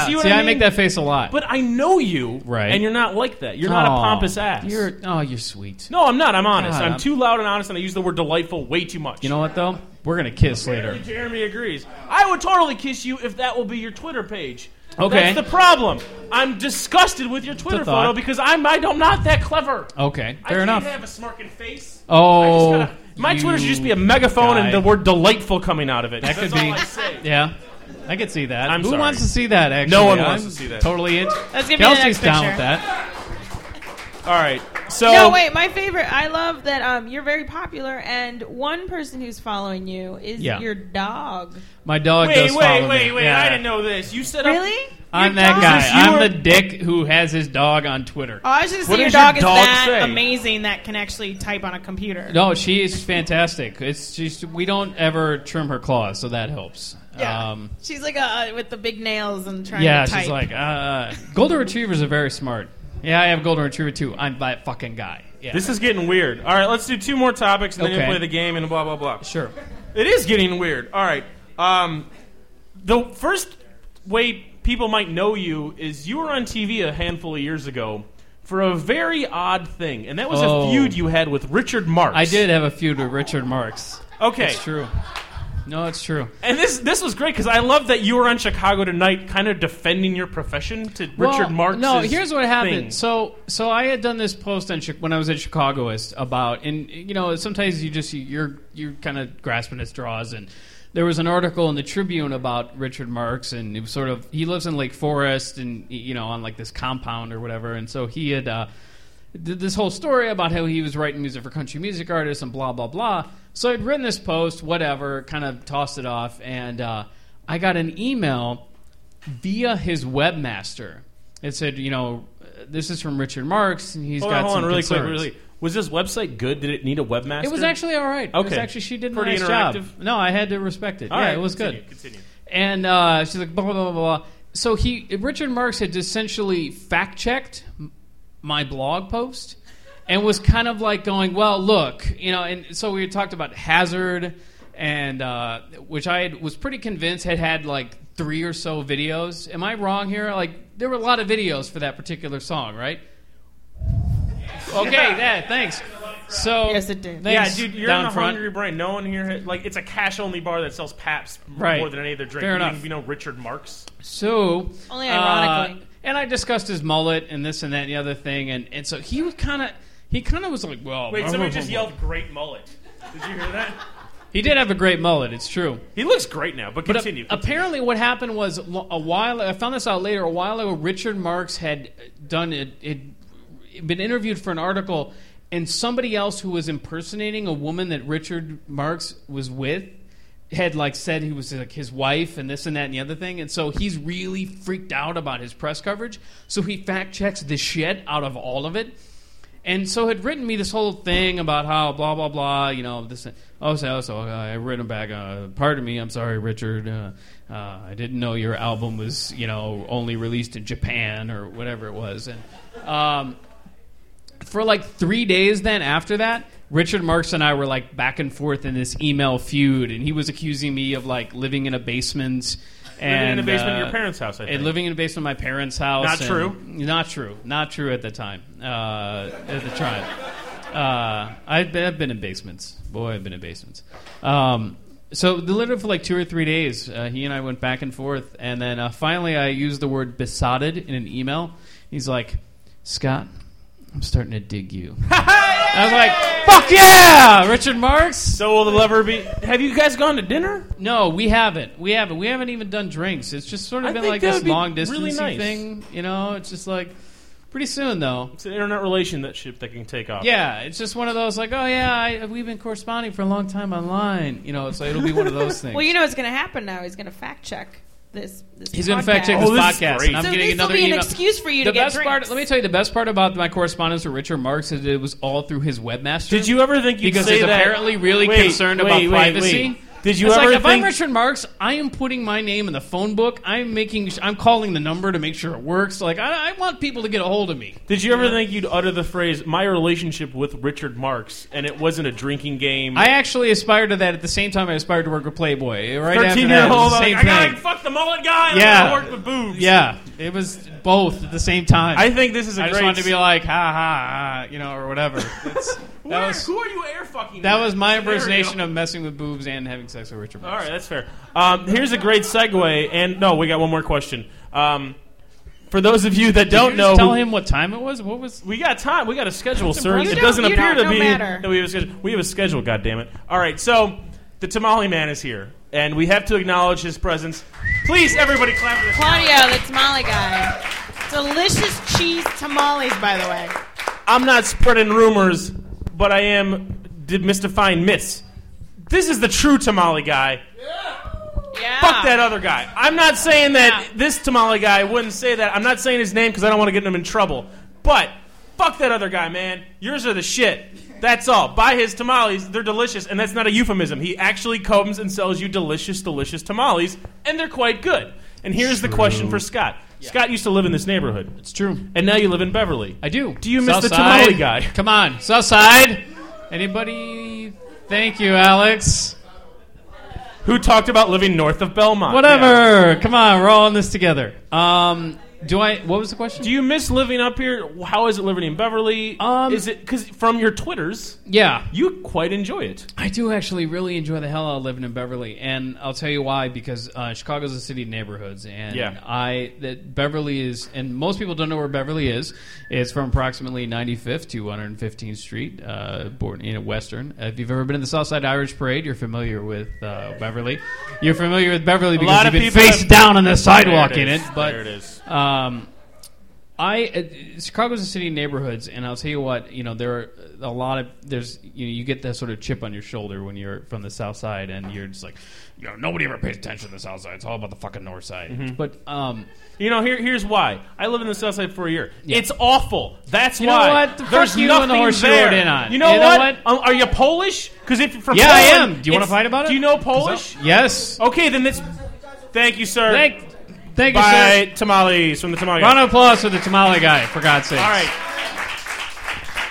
S1: You see
S4: see,
S1: what
S4: I,
S1: I
S4: make
S1: mean?
S4: that face a lot.
S1: But I know you,
S4: Right.
S1: And you're not like that. You're not a
S4: Aw,
S1: pompous ass.
S4: You're oh, you're sweet.
S1: no, I'm not. I'm honest.
S4: God,
S1: I'm,
S4: I'm-
S1: too loud and honest, and I use the word delightful way too much.
S4: You know what though? We're gonna kiss later.
S1: Apparently Jeremy agrees. I would totally kiss you if that will be your Twitter page.
S4: Okay.
S1: That's the problem. I'm disgusted with your Twitter
S4: thought.
S1: photo because I'm I don't, I'm not that clever.
S4: Okay,
S1: I
S4: fair
S1: can't
S4: enough.
S1: have a smirking face.
S4: oh,
S1: I just gotta, my
S4: you
S1: Twitter should just be a megaphone
S4: guy.
S1: and the word delightful coming out of it.
S4: That could
S1: That's all
S4: be-
S1: I say.
S4: Yeah, I could see that.
S1: I'm
S4: Who
S1: sorry.
S4: wants to see that? Actually,
S1: one wants
S4: I'm
S1: to see that.
S4: Totally. In-
S3: That's gonna be the
S4: Kelsey's
S3: next
S4: down
S3: picture.
S4: with that.
S1: All right. So
S3: No, wait. My favorite. I love that um, you're very popular, and one person who's following you is
S4: Yeah.
S3: your dog.
S4: My dog
S1: Wait,
S4: does
S1: wait,
S4: follow
S1: wait,
S4: me.
S1: wait!
S4: Yeah.
S1: I didn't know this. You set up.
S3: Really?
S4: I'm
S3: Your
S4: that
S3: dog?
S1: Is this
S4: guy.
S1: you
S4: I'm
S1: or-
S4: the dick who has his dog on Twitter.
S3: Oh, I was just
S1: What
S3: saying, your
S1: does your
S3: dog is
S1: dog
S3: that
S1: say?
S3: amazing that can actually type on a computer.
S4: No, she is fantastic. It's she's, we don't ever trim her claws, so that helps.
S3: Yeah,
S4: Um,
S3: she's like uh, with the big nails and trying
S4: yeah,
S3: to type.
S4: she's like uh, uh, golden retrievers are very smart. Yeah, I have a golden retriever too. I'm that fucking guy. Yeah,
S1: This is getting weird. All right, let's do two more topics and then
S4: Okay.
S1: we'll play the game and blah blah blah.
S4: sure.
S1: It is getting weird. All right. Um, the first way people might know you is you were on TV a handful of years ago for a very odd thing, and that was
S4: Oh.
S1: a feud you had with Richard Marx.
S4: I did have a feud with Richard Marks.
S1: Okay.
S4: It's true. No, it's true.
S1: And this this was great because I love that you were on Chicago Tonight, kind of defending your profession to Richard Marx.
S4: No, here's what happened.
S1: thing.
S4: So, so I had done this post on Chi- when I was at Chicagoist about, and you know, sometimes you just you're you're kind of grasping at straws, and there was an article in the Tribune about Richard Marx, and it was sort of he lives in Lake Forest, and you know, on like this compound or whatever, and so he had. Uh, did this whole story about how he was writing music for country music artists and blah blah blah. So I'd written this post, whatever, kind of tossed it off, and uh, I got an email via his webmaster. It said, you know, this is from Richard Marks, and he's
S1: hold
S4: got
S1: on, hold
S4: some
S1: on, really quick,
S4: concerns.
S1: really. Was this website good? Did it need a webmaster?
S4: It was actually all right. It was
S1: Okay.
S4: actually she did a
S1: Pretty
S4: nice job.
S1: interactive?
S4: No, I had to respect it.
S1: All
S4: yeah,
S1: right,
S4: it was
S1: continue,
S4: good.
S1: Continue.
S4: And uh, she's like, blah, blah, blah, blah. blah. So he, Richard Marks had essentially fact checked my blog post and was kind of like going, well, look, you know, and so we had talked about Hazard and uh, which I had, was pretty convinced had had like three or so videos. Am I wrong here? Like there were a lot of videos for that particular song, right? Okay, yeah, thanks. So
S3: Yes, it did.
S4: Thanks,
S1: yeah, dude, you're
S4: down
S1: in a
S4: front.
S1: hungry brain. No one here, has, like, it's a cash-only bar that sells Paps
S4: Right.
S1: more than any other drink.
S4: Fair
S1: you, think
S4: enough.
S1: you know Richard Marx.
S4: So
S3: Only
S4: uh,
S3: ironically.
S4: and I discussed his mullet and this and that and the other thing, and, and so he was kind of he kind of was like, well,
S1: Wait,
S4: blah,
S1: somebody
S4: blah,
S1: just
S4: blah, blah.
S1: yelled "Great mullet." Did you hear that? *laughs*
S4: He did have a great mullet. It's true.
S1: He looks great now, but
S4: But a-
S1: continue.
S4: apparently, what happened was lo- a while. I found this out later. A while ago, Richard Marx had done it. had been interviewed for an article, and somebody else who was impersonating a woman that Richard Marx was with had like said he was like his wife and this and that and the other thing, and so he's really freaked out about his press coverage. So he fact checks the shit out of all of it. And so had written me this whole thing about how blah blah blah, you know this. Oh, so so uh, I written him back. Uh, pardon me, I'm sorry, Richard. Uh, uh, I didn't know your album was you know only released in Japan or whatever it was. And um, for like three days then after that richard marks and i were like back and forth in this email feud and he was accusing me of like living in a basement and
S1: Living in the basement of
S4: uh,
S1: your parents' house, I think.
S4: and living in the basement of my parents' house
S1: Not
S4: and-
S1: true.
S4: not true not true at the time uh, at the time uh, I've, been, I've been in basements boy i've been in basements um, so literally for like two or three days uh, he and i went back and forth and then uh, finally i used the word besotted in an email he's like scott i'm starting to
S1: *laughs*
S4: dig you I was like, "Fuck yeah, Richard Marks."
S1: so will the lever be? Have you guys gone to dinner?
S4: No, we haven't. We haven't. We haven't even done drinks. It's just sort of
S1: I
S4: been
S1: think
S4: like
S1: that
S4: this
S1: would be
S4: long distance
S1: really nice.
S4: thing. You know, it's just like pretty soon though.
S1: It's an internet relationship that can take off.
S4: Yeah, it's just one of those like, oh yeah, I, we've
S3: *laughs*
S4: been corresponding for a long time online. You know, so it'll be one of those things.
S3: well, you know what's going to happen now. He's going to fact check. this. this
S4: He's going to fact check
S3: podcast.
S4: this
S1: Oh, this is
S4: podcast.
S1: great.
S4: And I'm
S3: so
S4: getting
S3: this will
S4: another
S3: be an
S4: email.
S3: excuse for you
S4: the
S3: to get
S4: best part.
S3: drinks.
S4: Let me tell you the best part about my correspondence with Richard Marks is it was all through his webmaster.
S1: Did you ever think you'd
S4: Because
S1: say
S4: he's
S1: that?
S4: apparently really
S1: Wait,
S4: concerned
S1: wait,
S4: about
S1: wait,
S4: privacy.
S1: wait. Did you
S4: it's
S1: ever
S4: like if
S1: think
S4: I'm Richard Marks, I am putting my name in the phone book. I'm making, I'm calling the number to make sure it works. Like I, I want people to get a hold of me.
S1: Did you ever think you'd utter the phrase "my relationship with Richard Marks" and it wasn't a drinking game?
S4: I actually aspired to that at the same time I aspired to work with Playboy. Right after that, it
S1: thirteen-year-old,
S4: was the
S1: I'm
S4: same
S1: like, I gotta
S4: thing.
S1: fuck the mullet guy. and
S4: Yeah.
S1: I gotta work with boobs.
S4: Yeah, it was both at the same time.
S1: I think this is a
S4: I
S1: great.
S4: just wanted to be like, ha ha, ha you know, or whatever. That's,
S1: Where-
S4: that was
S1: who are you air fucking?
S4: that
S1: with?
S4: was my
S1: There we
S4: impersonation
S1: go.
S4: of messing with boobs and having sex with Richard.
S1: All
S4: Marx.
S1: right, that's fair. Um, here's a great segue, and no, we got one more question. Um, for those of you that
S4: Did you
S1: don't
S4: just
S1: know,
S4: tell
S1: who-
S4: him what time it was. What was?
S1: We got time. We got a schedule, sir.
S3: impressive.
S1: It
S3: You don't-
S1: doesn't
S3: you
S1: appear
S3: don't,
S1: to
S3: no
S1: be
S3: matter.
S1: that we have a schedule. We have a schedule. God damn it! All right, so the tamale man is here, and we have to acknowledge his presence. Please, everybody, clap for this.
S3: Claudio, the tamale guy. Delicious cheese tamales, by the way.
S1: I'm not spreading rumors, but I am demystifying myths. This is the true tamale guy.
S3: Yeah.
S1: Fuck that other guy. I'm not saying that this tamale guy wouldn't say that. I'm not saying his name because I don't want to get him in trouble. But fuck that other guy, man. Yours are the shit. That's all. Buy his tamales. They're delicious, and that's not a euphemism. He actually comes and sells you delicious, delicious tamales, and they're quite good. And here's the question for Scott. Scott used to live in this neighborhood,
S4: It's true.
S1: and now you live in Beverly.
S4: I do.
S1: Do you miss the
S4: Southside.
S1: tamale guy?
S4: Come on, Southside. Anybody? Thank you, Alex.
S1: Who talked about living north of Belmont? Yeah.
S4: Whatever. Come on, we're all in this together. Um, do I? What was the question?
S1: Do you miss living up here? How is it living in Beverly?
S4: Um,
S1: is it because from your twitters
S4: yeah.
S1: you quite enjoy it?
S4: I do actually really enjoy the hell out of living in Beverly, and I'll tell you why. Because uh, Chicago's a city of neighborhoods, and
S1: Yeah.
S4: I that Beverly is, and most people don't know where Beverly is. It's from approximately 95th to 115th Street, uh, born you know Western. If you've ever been in the Southside Irish Parade, you're familiar with uh, Beverly. You're familiar with Beverly because
S1: lot
S4: you've
S1: of
S4: been
S1: people
S4: faced
S1: have-
S4: down on the sidewalk in it. But
S1: there it is.
S4: um, I uh, Chicago's a city of neighborhoods, and I'll tell you what, you know, there are a lot of there's you know you get that sort of chip on your shoulder when you're from the South Side, and you're just like, you know, nobody ever pays attention to the South Side. It's all about the fucking North Side.
S1: Mm-hmm.
S4: But um,
S1: You know, here, here's why. I live in the South Side for a year.
S4: Yeah.
S1: It's awful. That's
S4: You know
S1: why.
S4: what? The
S1: There's
S4: fuck you
S1: nothing
S4: and the horse you
S1: there.
S4: rode in on.
S1: You know
S4: You know
S1: what?
S4: what?
S1: Um, are you Polish? Because if you're from
S4: Yeah, I
S1: Poland,
S4: am. Do you wanna
S1: it's-
S4: fight about it?
S1: Do you know Polish?
S4: yes,
S1: Okay, then it's. Thank you, sir.
S4: thank, thank you,
S1: Bye,
S4: sir.
S1: tamales from the tamale.
S4: Round of applause for the tamale guy, for God's sake.
S1: All right.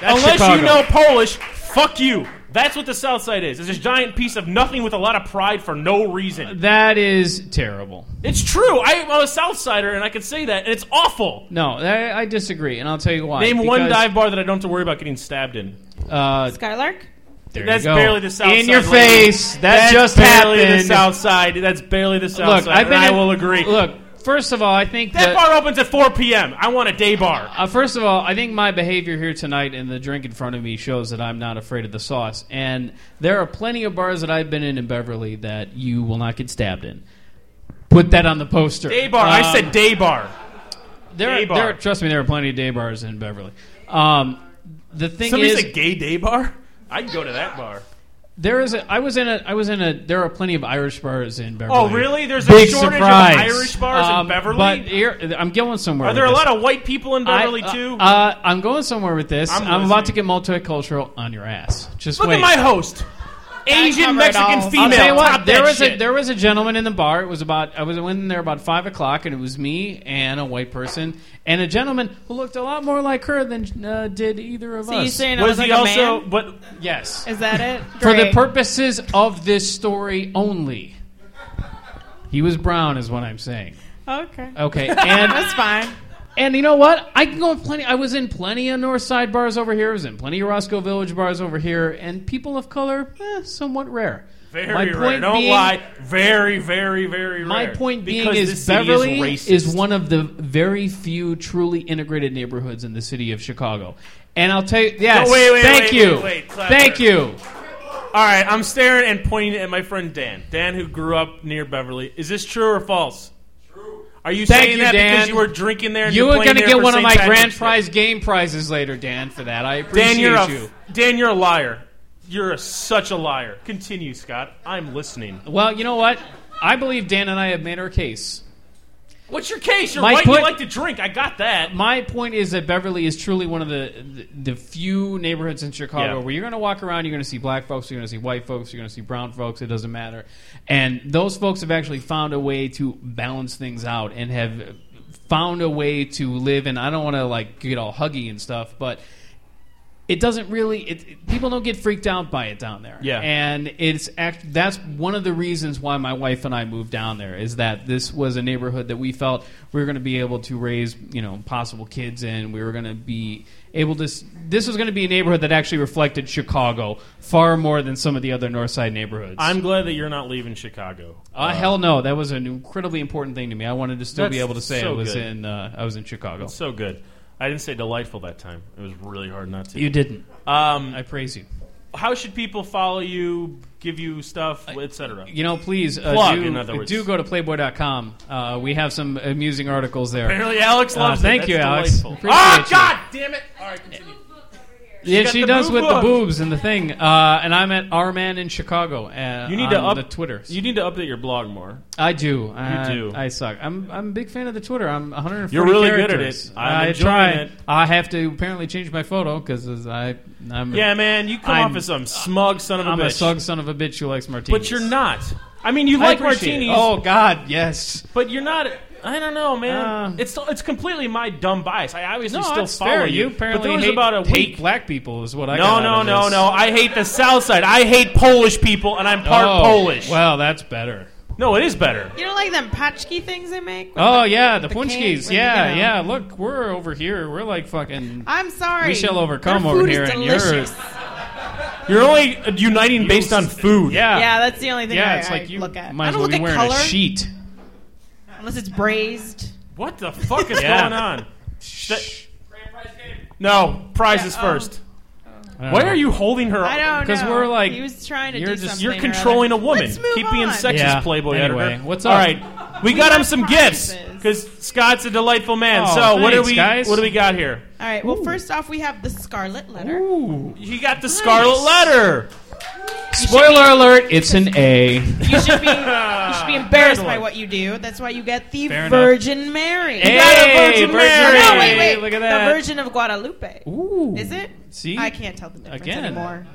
S4: That's
S1: Unless
S4: Chicago.
S1: you know Polish, fuck you. That's what the South Side is. It's this giant piece of nothing with a lot of pride for no reason.
S4: that is terrible.
S1: It's true. I, am a South Sider, and I can say that, and it's awful.
S4: No, I, I disagree, and I'll tell you why.
S1: Name one
S4: Because,
S1: dive bar that I don't have to worry about getting stabbed in.
S4: Uh,
S3: Skylark?
S4: there
S1: That's
S4: you go.
S1: barely the South
S4: in
S1: Side
S4: your
S1: lady.
S4: face. That
S1: That's
S4: just
S1: barely
S4: happened.
S1: the South Side. That's barely the South
S4: look,
S1: Side.
S4: I've been
S1: and I
S4: in-
S1: will agree.
S4: Look, first of all, I think
S1: that
S4: that.
S1: bar opens at 4 p.m. I want a day bar.
S4: uh, first of all, I think my behavior here tonight and the drink in front of me shows that I'm not afraid of the sauce. And there are plenty of bars that I've been in in Beverly that you will not get stabbed in. Put that on the poster.
S1: Day bar. I
S4: Um,
S1: said day bar.
S4: there,
S1: day
S4: are, there
S1: bar.
S4: are- Trust me, there are plenty of day bars in Beverly. Um, the thing
S1: Somebody
S4: is,
S1: said gay day bar. I'd go to that bar.
S4: there is. A, I was in a. I was in a. There are plenty of Irish bars in Beverly.
S1: Oh, really? There's a
S4: Big
S1: shortage
S4: surprise.
S1: of Irish bars
S4: Um,
S1: in Beverly.
S4: But here, I'm going somewhere.
S1: Are
S4: with
S1: there a
S4: this.
S1: lot of white people in Beverly
S4: I,
S1: too?
S4: Uh, uh, I'm going somewhere with this.
S1: I'm
S4: I'm, about to
S1: listening.
S4: get multicultural on your ass. Just
S1: Look
S4: wait.
S1: at my host, Asian
S3: cover it
S1: Mexican
S3: all.
S1: female.
S4: I'll tell you
S1: Top
S4: what. There
S1: that
S4: was
S1: shit.
S4: a there was a gentleman in the bar. It was about I was I went in there about five o'clock, and it was me and a white person and a gentleman who looked a lot more like her than uh, did either of
S3: So
S4: us.
S3: you saying I
S1: was
S3: was
S1: he
S3: like a
S1: also?
S3: man?
S1: But
S4: yes,
S3: Is that it?
S4: *laughs* for the
S3: Great.
S4: purposes of this story only. He was brown, is what I'm saying.
S3: Oh, Okay. *laughs*
S4: Okay, *laughs* and
S3: That's fine.
S4: And you know what? I can go in plenty. I was in plenty of North Side bars over here. I was in plenty of Roscoe Village bars over here. And people of color, eh, somewhat rare.
S1: very
S4: my
S1: rare.
S4: point
S1: Don't
S4: being,
S1: lie. Very, very, very
S4: My
S1: rare.
S4: point being
S1: because
S4: is
S1: this city
S4: Beverly
S1: is, racist.
S4: one of the very few truly integrated neighborhoods in the city of Chicago. And I'll tell you, yes,
S1: No, wait, wait,
S4: thank
S1: wait,
S4: you,
S1: wait, wait, Clapper.
S4: thank you.
S1: All right, I'm staring and pointing at my friend Dan. Dan, who grew up near Beverly. Is this true or false? True. Are you
S4: Thank
S1: saying
S4: you,
S1: that because
S4: Dan.
S1: you were drinking there? And
S4: You
S1: were
S4: are
S1: going to
S4: get one
S1: St.
S4: of my
S1: Patrick's
S4: grand
S1: Day?
S4: prize game prizes later, Dan. For that, I appreciate
S1: Dan, you're a
S4: you.
S1: Dan, you're a liar. You're a, such a liar. Continue, Scott. I'm listening.
S4: Well, you know what? I believe Dan and I have made our case.
S1: What's your case? You're
S4: My
S1: right.
S4: point-
S1: you like to drink. I got that.
S4: My point is that Beverly is truly one of the the, the few neighborhoods in Chicago
S1: Yeah.
S4: where you're going to walk around, you're going to see black folks, you're going to see white folks, you're going to see brown folks. It doesn't matter, and those folks have actually found a way to balance things out and have found a way to live. And I don't want to like get all huggy and stuff, but it doesn't really it, it- people don't get freaked out by it down there
S1: Yeah.
S4: and it's act that's one of the reasons why my wife and i moved down there is that this was a neighborhood that we felt we were going to be able to raise you know possible kids in we were going to be able to s- this was going to be a neighborhood that actually reflected chicago far more than some of the other north side neighborhoods
S1: I'm glad that you're not leaving Chicago.
S4: uh, hell no! That was an incredibly important thing to me. I wanted to still be
S1: That's
S4: able to say I
S1: so
S4: was
S1: good.
S4: in uh, I was in Chicago.
S1: So good. I didn't say delightful that time. It was really hard not to.
S4: You didn't.
S1: um,
S4: I praise you.
S1: how should people follow you, give you stuff, etc.?
S4: You know, please uh,
S1: Plug,
S4: do,
S1: in other words.
S4: do go to playboy.com. Uh, we have some amusing articles there.
S1: Apparently, Alex
S4: Uh,
S1: loves it.
S4: thank
S1: That's
S4: you, Alex.
S1: delightful.
S4: Appreciate
S1: Oh,
S4: you.
S1: God damn it! All right, continue.
S4: yeah,
S1: got
S4: she
S1: the
S4: does
S1: boob
S4: with the
S1: book.
S4: boobs and the thing. Uh, and I'm at Rman in Chicago. Uh,
S1: You need
S4: on
S1: to up
S4: the Twitter.
S1: You need to update your blog more.
S4: I do. I,
S1: do.
S4: I suck. I'm I'm a big fan of the Twitter. I'm 140
S1: You're really good at
S4: characters.
S1: it. I'm
S4: I
S1: enjoying
S4: try.
S1: it.
S4: I have to apparently change my photo because I I'm
S1: Yeah, man, you come
S4: I'm-
S1: off as some smug son of a
S4: I'm a
S1: bitch.
S4: sug son of a bitch who likes martinis.
S1: but you're not. I mean, you
S4: I
S1: like
S4: appreciate it.
S1: martinis.
S4: Oh God, yes.
S1: But you're not. I don't know, man.
S4: Uh,
S1: it's it's completely my dumb bias. I obviously
S4: No,
S1: still
S4: that's
S1: follow
S4: fair.
S1: you.
S4: You
S1: but
S4: apparently
S1: there was
S4: hate,
S1: about a
S4: hate
S1: week.
S4: black people is what I
S1: No,
S4: got
S1: no,
S4: out of
S1: no,
S4: this.
S1: no. I hate the South Side. I hate Polish people, and I'm part
S4: Oh,
S1: Polish.
S4: Well, that's better.
S1: no, it is better.
S3: You know, like them patchki things they make. with
S4: Oh
S3: the-
S4: yeah,
S3: the
S4: the,
S3: cake
S4: punchkis.
S3: when you
S4: Yeah,
S3: get 'em.
S4: yeah. Look, we're over here. We're like fucking.
S3: I'm sorry.
S4: We shall overcome
S3: Their
S4: over
S3: food
S4: here
S3: is
S4: and yours.
S3: delicious.
S1: You're only uh, uniting based on food.
S3: *laughs*
S4: Yeah,
S3: Yeah, that's the only thing.
S4: yeah.
S3: I,
S4: it's
S3: I
S4: like you
S3: look at. I
S4: might as
S3: don't
S4: well
S3: look
S4: be
S3: at
S4: wearing
S3: color
S4: a sheet.
S3: unless it's braised.
S1: What the fuck is
S4: *laughs* Yeah.
S1: going on? No, prize is
S4: um,
S3: Yeah,
S1: first.
S4: I
S1: Why
S4: don't know.
S1: are you holding her?
S3: I don't know.
S4: 'Cause we're like-
S3: he was trying to
S4: you're
S3: do
S4: just-
S3: something.
S1: You're
S3: or
S1: controlling a
S3: other.
S1: woman.
S3: Let's move
S1: Keep being
S3: on.
S1: sexist,
S4: Yeah.
S1: Playboy
S4: Anyway,
S1: editor.
S4: what's
S1: All
S4: up?
S1: right, we got him
S3: got
S1: some
S3: prizes.
S1: gifts because Scott's a delightful man.
S4: Oh,
S1: so what do
S4: thanks,
S1: we?
S4: guys.
S1: What do we got here?
S3: All right. Well, first off, we have the Scarlet Letter.
S4: Ooh.
S1: He got the Scarlet Letter.
S4: Spoiler alert! It's an A.
S3: You should be. You
S4: *laughs*
S3: should be embarrassed by what you do. That's why you get the
S4: Fair enough.
S3: Virgin Mary.
S4: Hey,
S1: Virgin Mary.
S3: No, wait, wait.
S4: Look at that.
S3: The Virgin of Guadalupe.
S4: Ooh.
S3: Is it?
S4: See?
S3: I can't tell the difference
S4: Again.
S3: anymore.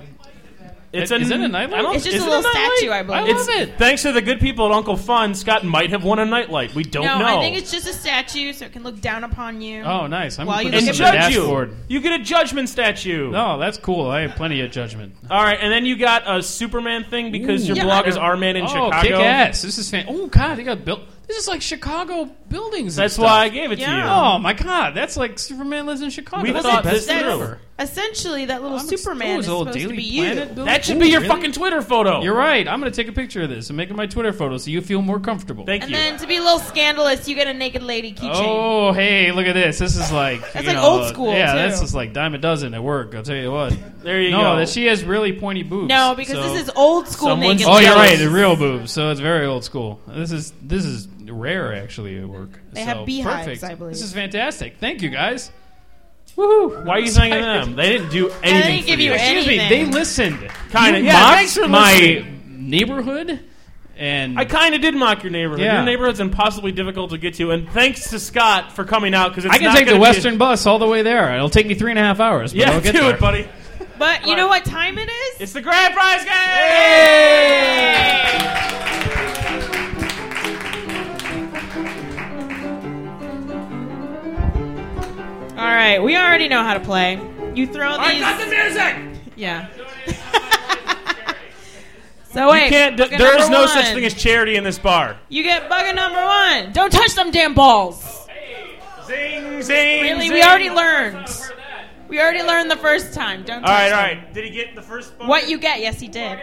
S1: It's
S4: Is
S1: a,
S4: it a nightlight?
S1: I don't-
S3: It's just
S1: is
S3: a
S1: it
S3: little
S1: nightlight?
S3: statue, I believe.
S4: love
S1: It's-
S4: it.
S1: Thanks to the good people at Uncle Fun, Scott might have won a nightlight. We don't
S3: No,
S1: know.
S3: I think it's just a statue, so it can look down upon you.
S4: Oh, nice. I'm
S3: While
S4: gonna
S3: you
S4: put
S1: and
S4: this
S3: look
S4: on the
S1: judge you.
S4: dashboard.
S1: You get a judgment statue.
S4: No, that's cool. I have plenty of judgment.
S1: All right, and then you got a Superman thing because your
S3: Yeah,
S1: blog
S3: I
S1: is
S3: know.
S1: Our Man in
S4: oh,
S1: Chicago.
S4: kick ass! This is fan. Oh God, they got built. This is like Chicago buildings. and
S1: That's
S4: stuff.
S1: why I gave it to you.
S3: Yeah.
S4: Oh my God, that's like Superman lives in Chicago.
S1: We
S4: that's
S1: thought
S4: the best
S1: this
S4: thing
S1: through.
S4: ever.
S3: Essentially, that little
S4: I'm ex-
S3: Superman
S4: oh,
S3: is
S4: it's a little
S3: supposed to
S4: Daily
S3: be
S4: Planet
S3: you.
S4: building?
S1: That should
S4: Ooh,
S1: be your
S4: really?
S1: fucking Twitter photo.
S4: You're right. I'm going to take a picture of this and make it my Twitter photo so you feel more comfortable.
S1: Thank
S3: And
S1: you.
S3: then to be a little scandalous, you get a naked lady keychain.
S4: Oh, hey, look at this. This is like
S3: That's
S4: you
S3: like
S4: know,
S3: old school,
S4: Yeah,
S3: too.
S4: that's just like dime a dozen at work. I'll tell you what.
S1: there you
S4: no,
S1: go.
S4: that she has really pointy boobs.
S3: No, because
S1: So-
S3: this is old school
S1: Someone's-
S3: naked.
S4: oh, you're
S3: ladies.
S4: right. The real boobs. So it's very old school. This is this is rare actually at work.
S3: They
S4: So,
S3: have beehives,
S4: perfect.
S3: I believe.
S4: This is fantastic. Thank you guys. Woohoo!
S1: Why are you thanking them? They didn't do anything. for
S3: give you any-
S4: Excuse me. They
S3: Anything.
S4: listened.
S1: Kinda.
S4: You
S1: Yeah,
S4: mocked
S1: thanks for
S4: my
S1: listening.
S4: neighborhood and
S1: I kind of did mock your neighborhood.
S4: Yeah.
S1: Your neighborhood's impossibly difficult to get to, and thanks to Scott for coming out because
S4: I can take the Western bus all the way there. It'll take me three and a half hours.
S1: *laughs*
S4: But
S1: yeah,
S4: I'll
S1: do
S4: get there.
S1: it, buddy.
S3: But you know what time it is?
S1: It's the grand prize game.
S3: All right, we already know how to play. You throw
S1: I
S3: these.
S1: got the music. *laughs*
S3: yeah. so wait.
S1: You can't.
S3: bucket
S1: there is no
S3: number
S1: such
S3: one.
S1: thing as charity in this bar.
S3: You get bucket number one. Don't touch them damn balls.
S1: Zing, zing.
S3: Really,
S1: zing.
S3: we already learned. We already learned the first time.
S1: All
S3: Don't. touch
S1: right, all
S3: them.
S1: right. Did he get the first? Bucket?
S3: What you get? Yes, he did.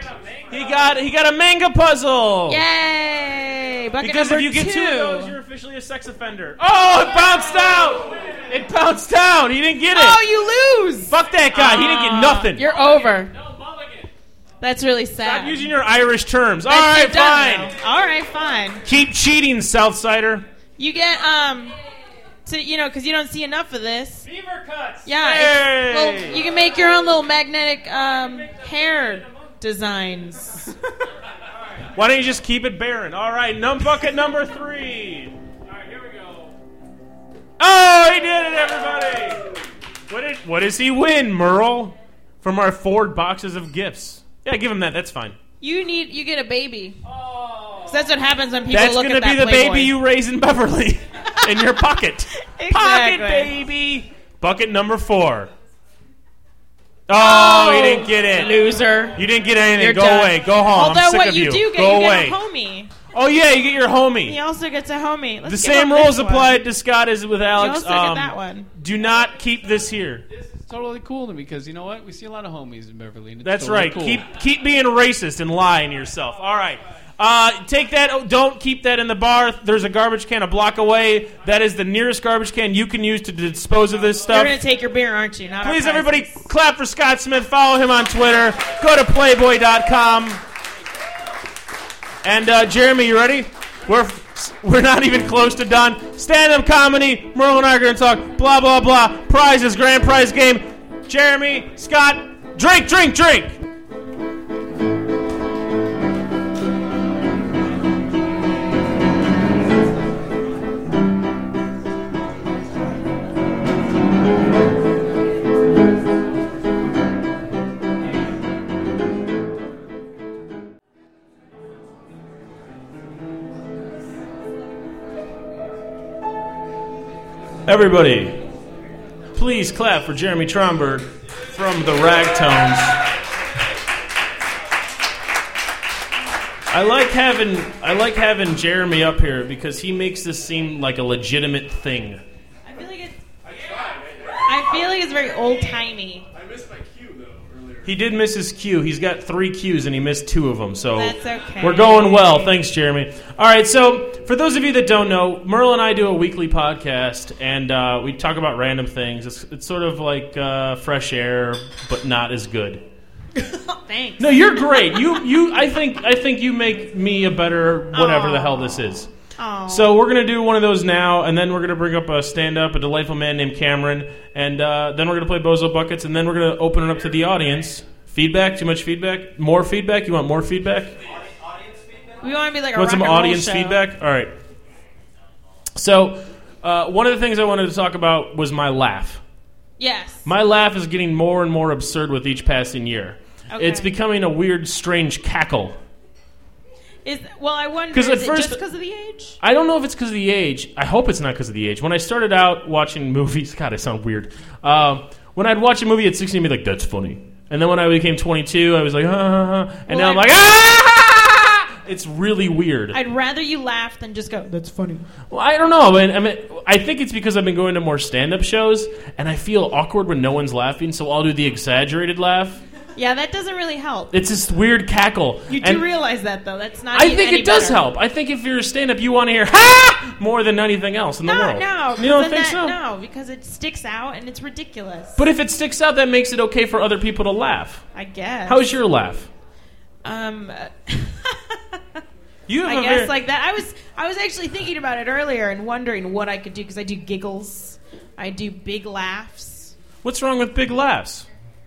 S1: He got. He got a manga puzzle.
S3: Yay! Bucket
S1: Oh. Because if
S3: number
S1: you get two.
S3: two
S1: of those, you're officially a sex offender. Oh, it bounced out. It bounced down. He didn't get it.
S3: Oh, you lose.
S1: Fuck that guy. he didn't get nothing.
S3: You're over. That's really sad.
S1: Stop using your Irish terms. All right,
S3: That's so dumb,
S1: fine.
S3: though. All right, fine.
S1: Keep cheating, Southsider.
S3: You get um, to you know, because you don't see enough of this.
S1: Beaver cuts.
S3: Yeah. it's- Well, you can make your own little magnetic um hair designs.
S1: Why don't you just keep it barren? All right, num bucket number three. All right, here we go. Oh, he did it, everybody! What, did, what does he win, Merle? From our Ford boxes of gifts. Yeah, give him that. That's fine.
S3: You need you get a baby.
S1: Oh.
S3: 'Cause that's what happens when people
S1: That's
S3: look
S1: going to
S3: at
S1: be
S3: that
S1: the
S3: Playboy.
S1: baby you raise in Beverly *laughs* in your pocket. Pocket
S3: *laughs* Exactly.
S1: baby. Bucket number four. Oh, he didn't get it.
S3: Loser.
S1: You didn't get anything.
S3: You're
S1: go
S3: done.
S1: away. Go home. I'm
S3: Although
S1: sick
S3: what
S1: of
S3: you,
S1: you.
S3: do get,
S1: go
S3: you
S1: away.
S3: get a homie.
S1: Oh yeah, you get your homie.
S3: He also gets a homie. Let's
S1: The
S3: give
S1: same
S3: him this
S1: rules
S3: one.
S1: apply to Scott as with
S3: You
S1: Alex.
S3: also get
S1: Um,
S3: that one.
S1: Do not keep this here.
S4: This is totally cool to me because you know what? We see a lot of homies in Beverly. and it's
S1: That's
S4: totally
S1: right.
S4: cool.
S1: Keep keep being racist and lying to yourself. All right. Uh, take that. oh, Don't keep that in the bar. There's a garbage can a block away. That is the nearest garbage can you can use to dispose of this
S3: You're
S1: stuff.
S3: gonna take your beer, aren't you? Not our
S1: Please,
S3: prizes.
S1: everybody, clap for Scott Smith. Follow him on Twitter. Go to Playboy.com. And uh, Jeremy, you ready? We're we're not even close to done. Stand-up comedy. Merle and I are going to talk. Blah blah blah. Prizes, grand prize game. Jeremy, Scott, drink, drink, drink. Everybody, please clap for Jeremy Tromberg from the Ragtones. I like having I like having Jeremy up here because he makes this seem like a legitimate thing.
S3: I feel like it's. I feel like it's very
S1: *laughs*
S3: old timey.
S5: I missed my cue though earlier.
S1: He did miss his cue. He's got three cues and he missed two of them. So
S3: That's okay.
S1: we're going well. Thanks, Jeremy. All right. So for those of you that don't know, Merle and I do a weekly podcast and uh, we talk about random things. It's, it's sort of like uh, fresh air, but not as good.
S3: Thanks.
S1: No, you're great. You you. I think I think you make me a better whatever the hell this is.
S3: Aw.
S1: So we're gonna do one of those now, and then we're gonna bring up a stand-up, a delightful man named Cameron, and uh, then we're gonna play Bozo Buckets, and then we're gonna open it up to the audience. Feedback? Too much feedback? More feedback? You want more feedback?
S3: we want to be
S1: You want
S3: like a rock
S1: some
S3: and roll
S1: audience
S3: show.
S1: feedback? All right. So uh, one of the things I wanted to talk about was my laugh.
S3: Yes.
S1: My laugh is getting more and more absurd with each passing year.
S3: Okay.
S1: It's becoming a weird, strange cackle.
S3: Is well, I wonder.
S1: 'Cause
S3: Is
S1: at
S3: it
S1: first-
S3: just because of the age?
S1: I don't know if it's because of the age. I hope it's not because of the age. When I started out watching *laughs* movies, God, I sound weird. Um, when I'd watch a movie at 16, I'd be like, that's funny. And then when I became 22, I was like, *laughs* ha ha ha. And now I'm
S3: Well, I-
S1: like, ah! It's really weird. I,
S3: I'd rather you laugh than just go. That's funny.
S1: well, I don't know. I mean, I, mean, I think it's because I've been going to more stand up shows, and I feel awkward when no one's laughing, so I'll do the exaggerated laugh.
S3: Yeah, that doesn't really help.
S1: It's this weird cackle.
S3: You do
S1: and
S3: realize that though. That's not.
S1: I
S3: any-
S1: think
S3: any
S1: it does
S3: better.
S1: help. I think if you're a stand up, you want to hear, *laughs* ha! More than anything else in the
S3: No,
S1: world.
S3: no.
S1: You don't
S3: 'cause then
S1: think
S3: that-
S1: so?
S3: No, because it sticks out and it's ridiculous.
S1: But if it sticks out, that makes it okay for other people to laugh.
S3: I guess.
S1: How's your laugh?
S3: um? *laughs* uh,
S1: You
S3: I
S1: have a
S3: guess
S1: very-
S3: like that. I was I was actually thinking about it earlier and wondering what I could do because I do giggles, I do big laughs.
S1: what's wrong with big laughs?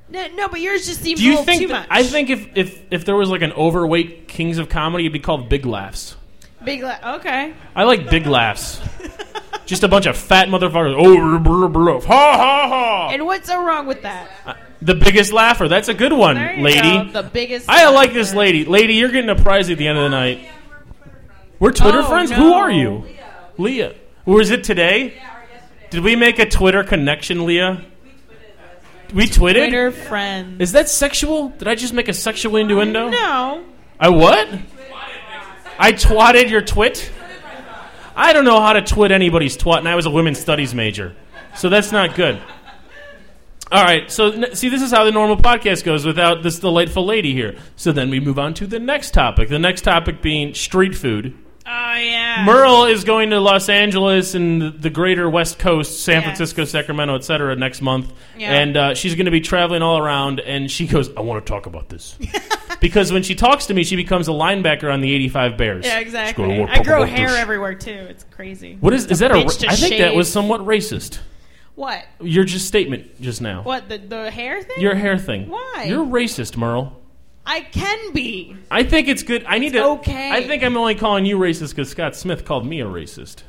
S3: No, no, but yours just seems
S1: Do
S3: a
S1: you
S3: little
S1: think
S3: too
S1: that-
S3: much.
S1: I think if, if if there was like an overweight Kings of Comedy, it'd be called Big Laughs.
S3: big. La- okay, *laughs*
S1: I like big laughs. Just a bunch of fat motherfuckers. Oh, brr, brr, brr, ha ha ha! Uh,
S3: and what's so wrong with that?
S1: the biggest laugher. That's a good one,
S3: There you
S1: lady.
S3: go, the biggest.
S1: I like this lady. Lady, you're getting a prize at the end of the night. We're Twitter
S3: Oh,
S1: friends.
S3: no.
S1: Who are you, Leah? Was it today? Did we make a Twitter connection, Leah? We tweeted.
S3: Twitter friend.
S1: Is that sexual? Did I just make a sexual innuendo?
S3: no,
S1: I what? I twatted your twit. I don't know how to twit anybody's twat, and I was a women's studies major, so that's not good. All right, so n- see, this is how the normal podcast goes without this delightful lady here. So then we move on to the next topic. The next topic being street food.
S3: oh
S1: *laughs*
S3: yeah,
S1: Merle is going to Los Angeles and the greater West Coast, San
S3: Yes.
S1: Francisco, Sacramento, et cetera, next month.
S3: Yeah.
S1: And uh, she's going to be traveling all around, and she goes, I want to talk about
S3: *laughs*
S1: this. because when she talks to me, she becomes a linebacker on the 85 Bears.
S3: yeah,
S1: She's
S3: exactly.
S1: going, "wanna
S3: I
S1: talk
S3: grow
S1: about
S3: hair
S1: this."
S3: everywhere too. It's crazy.
S1: What is, is that a,
S3: bitch
S1: ra-
S3: to
S1: I think that
S3: shave.
S1: was somewhat racist.
S3: What?
S1: Your just statement just now.
S3: What the the hair thing?
S1: Your hair thing.
S3: Why?
S1: You're racist, Merle.
S3: I can be.
S1: I think it's good. I need to.
S3: okay.
S1: I think I'm only calling you racist because Scott Smith called me a racist.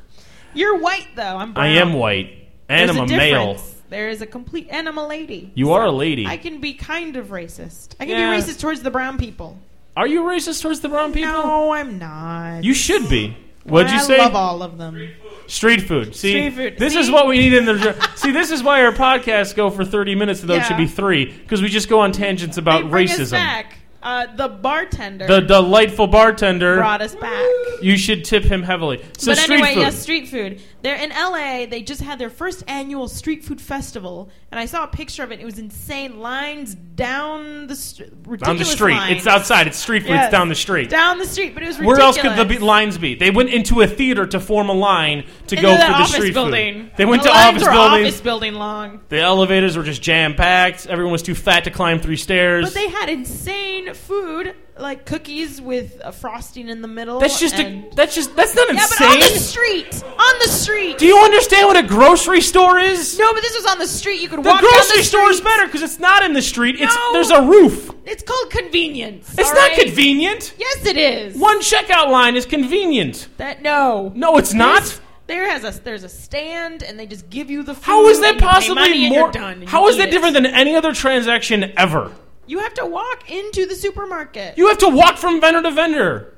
S3: You're white though. I'm. Brown.
S1: I am white. And I'm a male.
S3: difference. There is a complete, and I'm a lady.
S1: You are a lady.
S3: I can be kind of racist. I can
S1: Yeah.
S3: be racist towards the brown people.
S1: Are you racist towards the brown people?
S3: No, I'm not.
S1: You should be. What'd you
S3: I
S1: say?
S3: I love all of them.
S1: Street food. See,
S3: Street food.
S1: this is
S3: See?
S1: what we need in the. see, this is why our podcasts go for thirty minutes, though it should
S3: Yeah.
S1: be three, because we just go on tangents
S3: They
S1: about
S3: bring
S1: racism.
S3: Us back. Uh, the bartender
S1: The delightful bartender.
S3: brought us back.
S1: You should tip him heavily. So
S3: but
S1: street
S3: anyway,
S1: food.
S3: yes, street food. They're in LA. They just had their first annual street food festival, and I saw a picture of it. It was insane. Lines down the str- ridiculous
S1: down the street.
S3: lines.
S1: It's outside. It's street food.
S3: Yes.
S1: It's down the street.
S3: down the street, but it was ridiculous.
S1: Where else could the be- lines be? They went into a theater to form a line to
S3: Into
S1: go
S3: the
S1: for the
S3: office
S1: street
S3: building.
S1: food. They went
S3: the
S1: to
S3: lines
S1: office
S3: were
S1: buildings.
S3: Office building long.
S1: The elevators were just jam packed. Everyone was too fat to climb three stairs.
S3: But they had insane food, like cookies with uh, frosting in the middle.
S1: that's just a,
S3: and-
S1: that's just that's not
S3: yeah, but
S1: insane.
S3: on the street, on the street.
S1: Do you understand what a grocery store is?
S3: no, but this was on the street. You could
S1: The
S3: walk down
S1: grocery
S3: the
S1: store is
S3: street.
S1: better because it's not in the street. It's
S3: No.
S1: there's a roof.
S3: It's called convenience.
S1: It's
S3: all
S1: not
S3: right?
S1: convenient.
S3: Yes, it is.
S1: One checkout line is convenient.
S3: That no.
S1: No, it's not.
S3: There's- There has a there's a stand, and they just give you the. Food
S1: How is that
S3: and you pay money
S1: possibly
S3: and
S1: more?
S3: You're done, and
S1: How
S3: you
S1: is
S3: eat
S1: that
S3: it.
S1: different than any other transaction ever?
S3: You have to walk into the supermarket.
S1: You have to walk from vendor to vendor.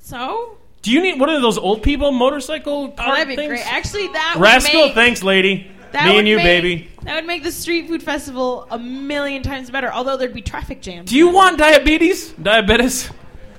S3: so.
S1: Do you need what are those old people motorcycle
S3: Oh,
S1: car
S3: that'd be
S1: things?
S3: great. Actually, that
S1: Rascal,
S3: would make,
S1: thanks, lady.
S3: That
S1: Me
S3: would
S1: and you,
S3: make-
S1: baby.
S3: That would make the street food festival a million times better. Although there'd be traffic jams.
S1: Do you want diabetes? Diabetes?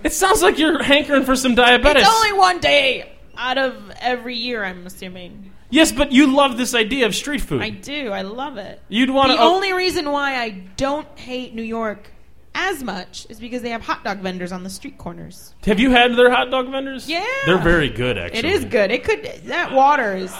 S1: It sounds like you're hankering for some diabetes.
S3: it's only one day out of every year. I'm assuming.
S1: yes, but you love this idea of street food.
S3: I do. I love it.
S1: You'd want
S3: the
S1: to.
S3: only reason why I don't hate New York as much is because they have hot dog vendors on the street corners.
S1: have you had their hot dog vendors?
S3: Yeah.
S1: They're very good, actually.
S3: It is good. It could that water is.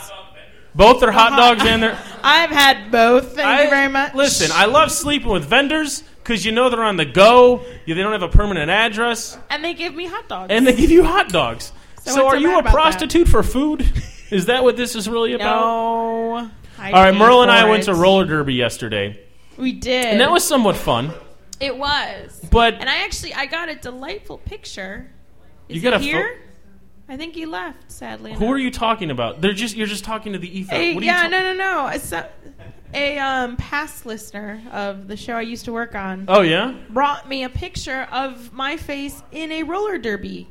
S1: Both their hot dogs and their.
S3: I've had both. *laughs* Thank
S1: I-
S3: you very much.
S1: Listen, I love sleeping with vendors because you know they're on the go. You, they don't have a permanent address,
S3: and they give me hot dogs.
S1: and they give you hot dogs. So,
S3: what's
S1: are
S3: so
S1: you
S3: bad
S1: a
S3: about that?
S1: prostitute for food? Is that what this is really about?
S3: no. I
S1: All right,
S3: paid
S1: Merle and I
S3: for
S1: went
S3: it.
S1: to roller derby yesterday,
S3: We did,
S1: and that was somewhat fun.
S3: it was.
S1: But
S3: And I actually I got a delightful picture. Is
S1: You got
S3: he
S1: a pho-
S3: here? I think he left. Sadly,
S1: who are you talking about? They're just you're just talking to the ether.
S3: A,
S1: what are
S3: yeah,
S1: you ta-
S3: no, no, no. A, so- a um, past listener of the show I used to work on
S1: Oh yeah,
S3: brought me a picture of my face in a roller derby.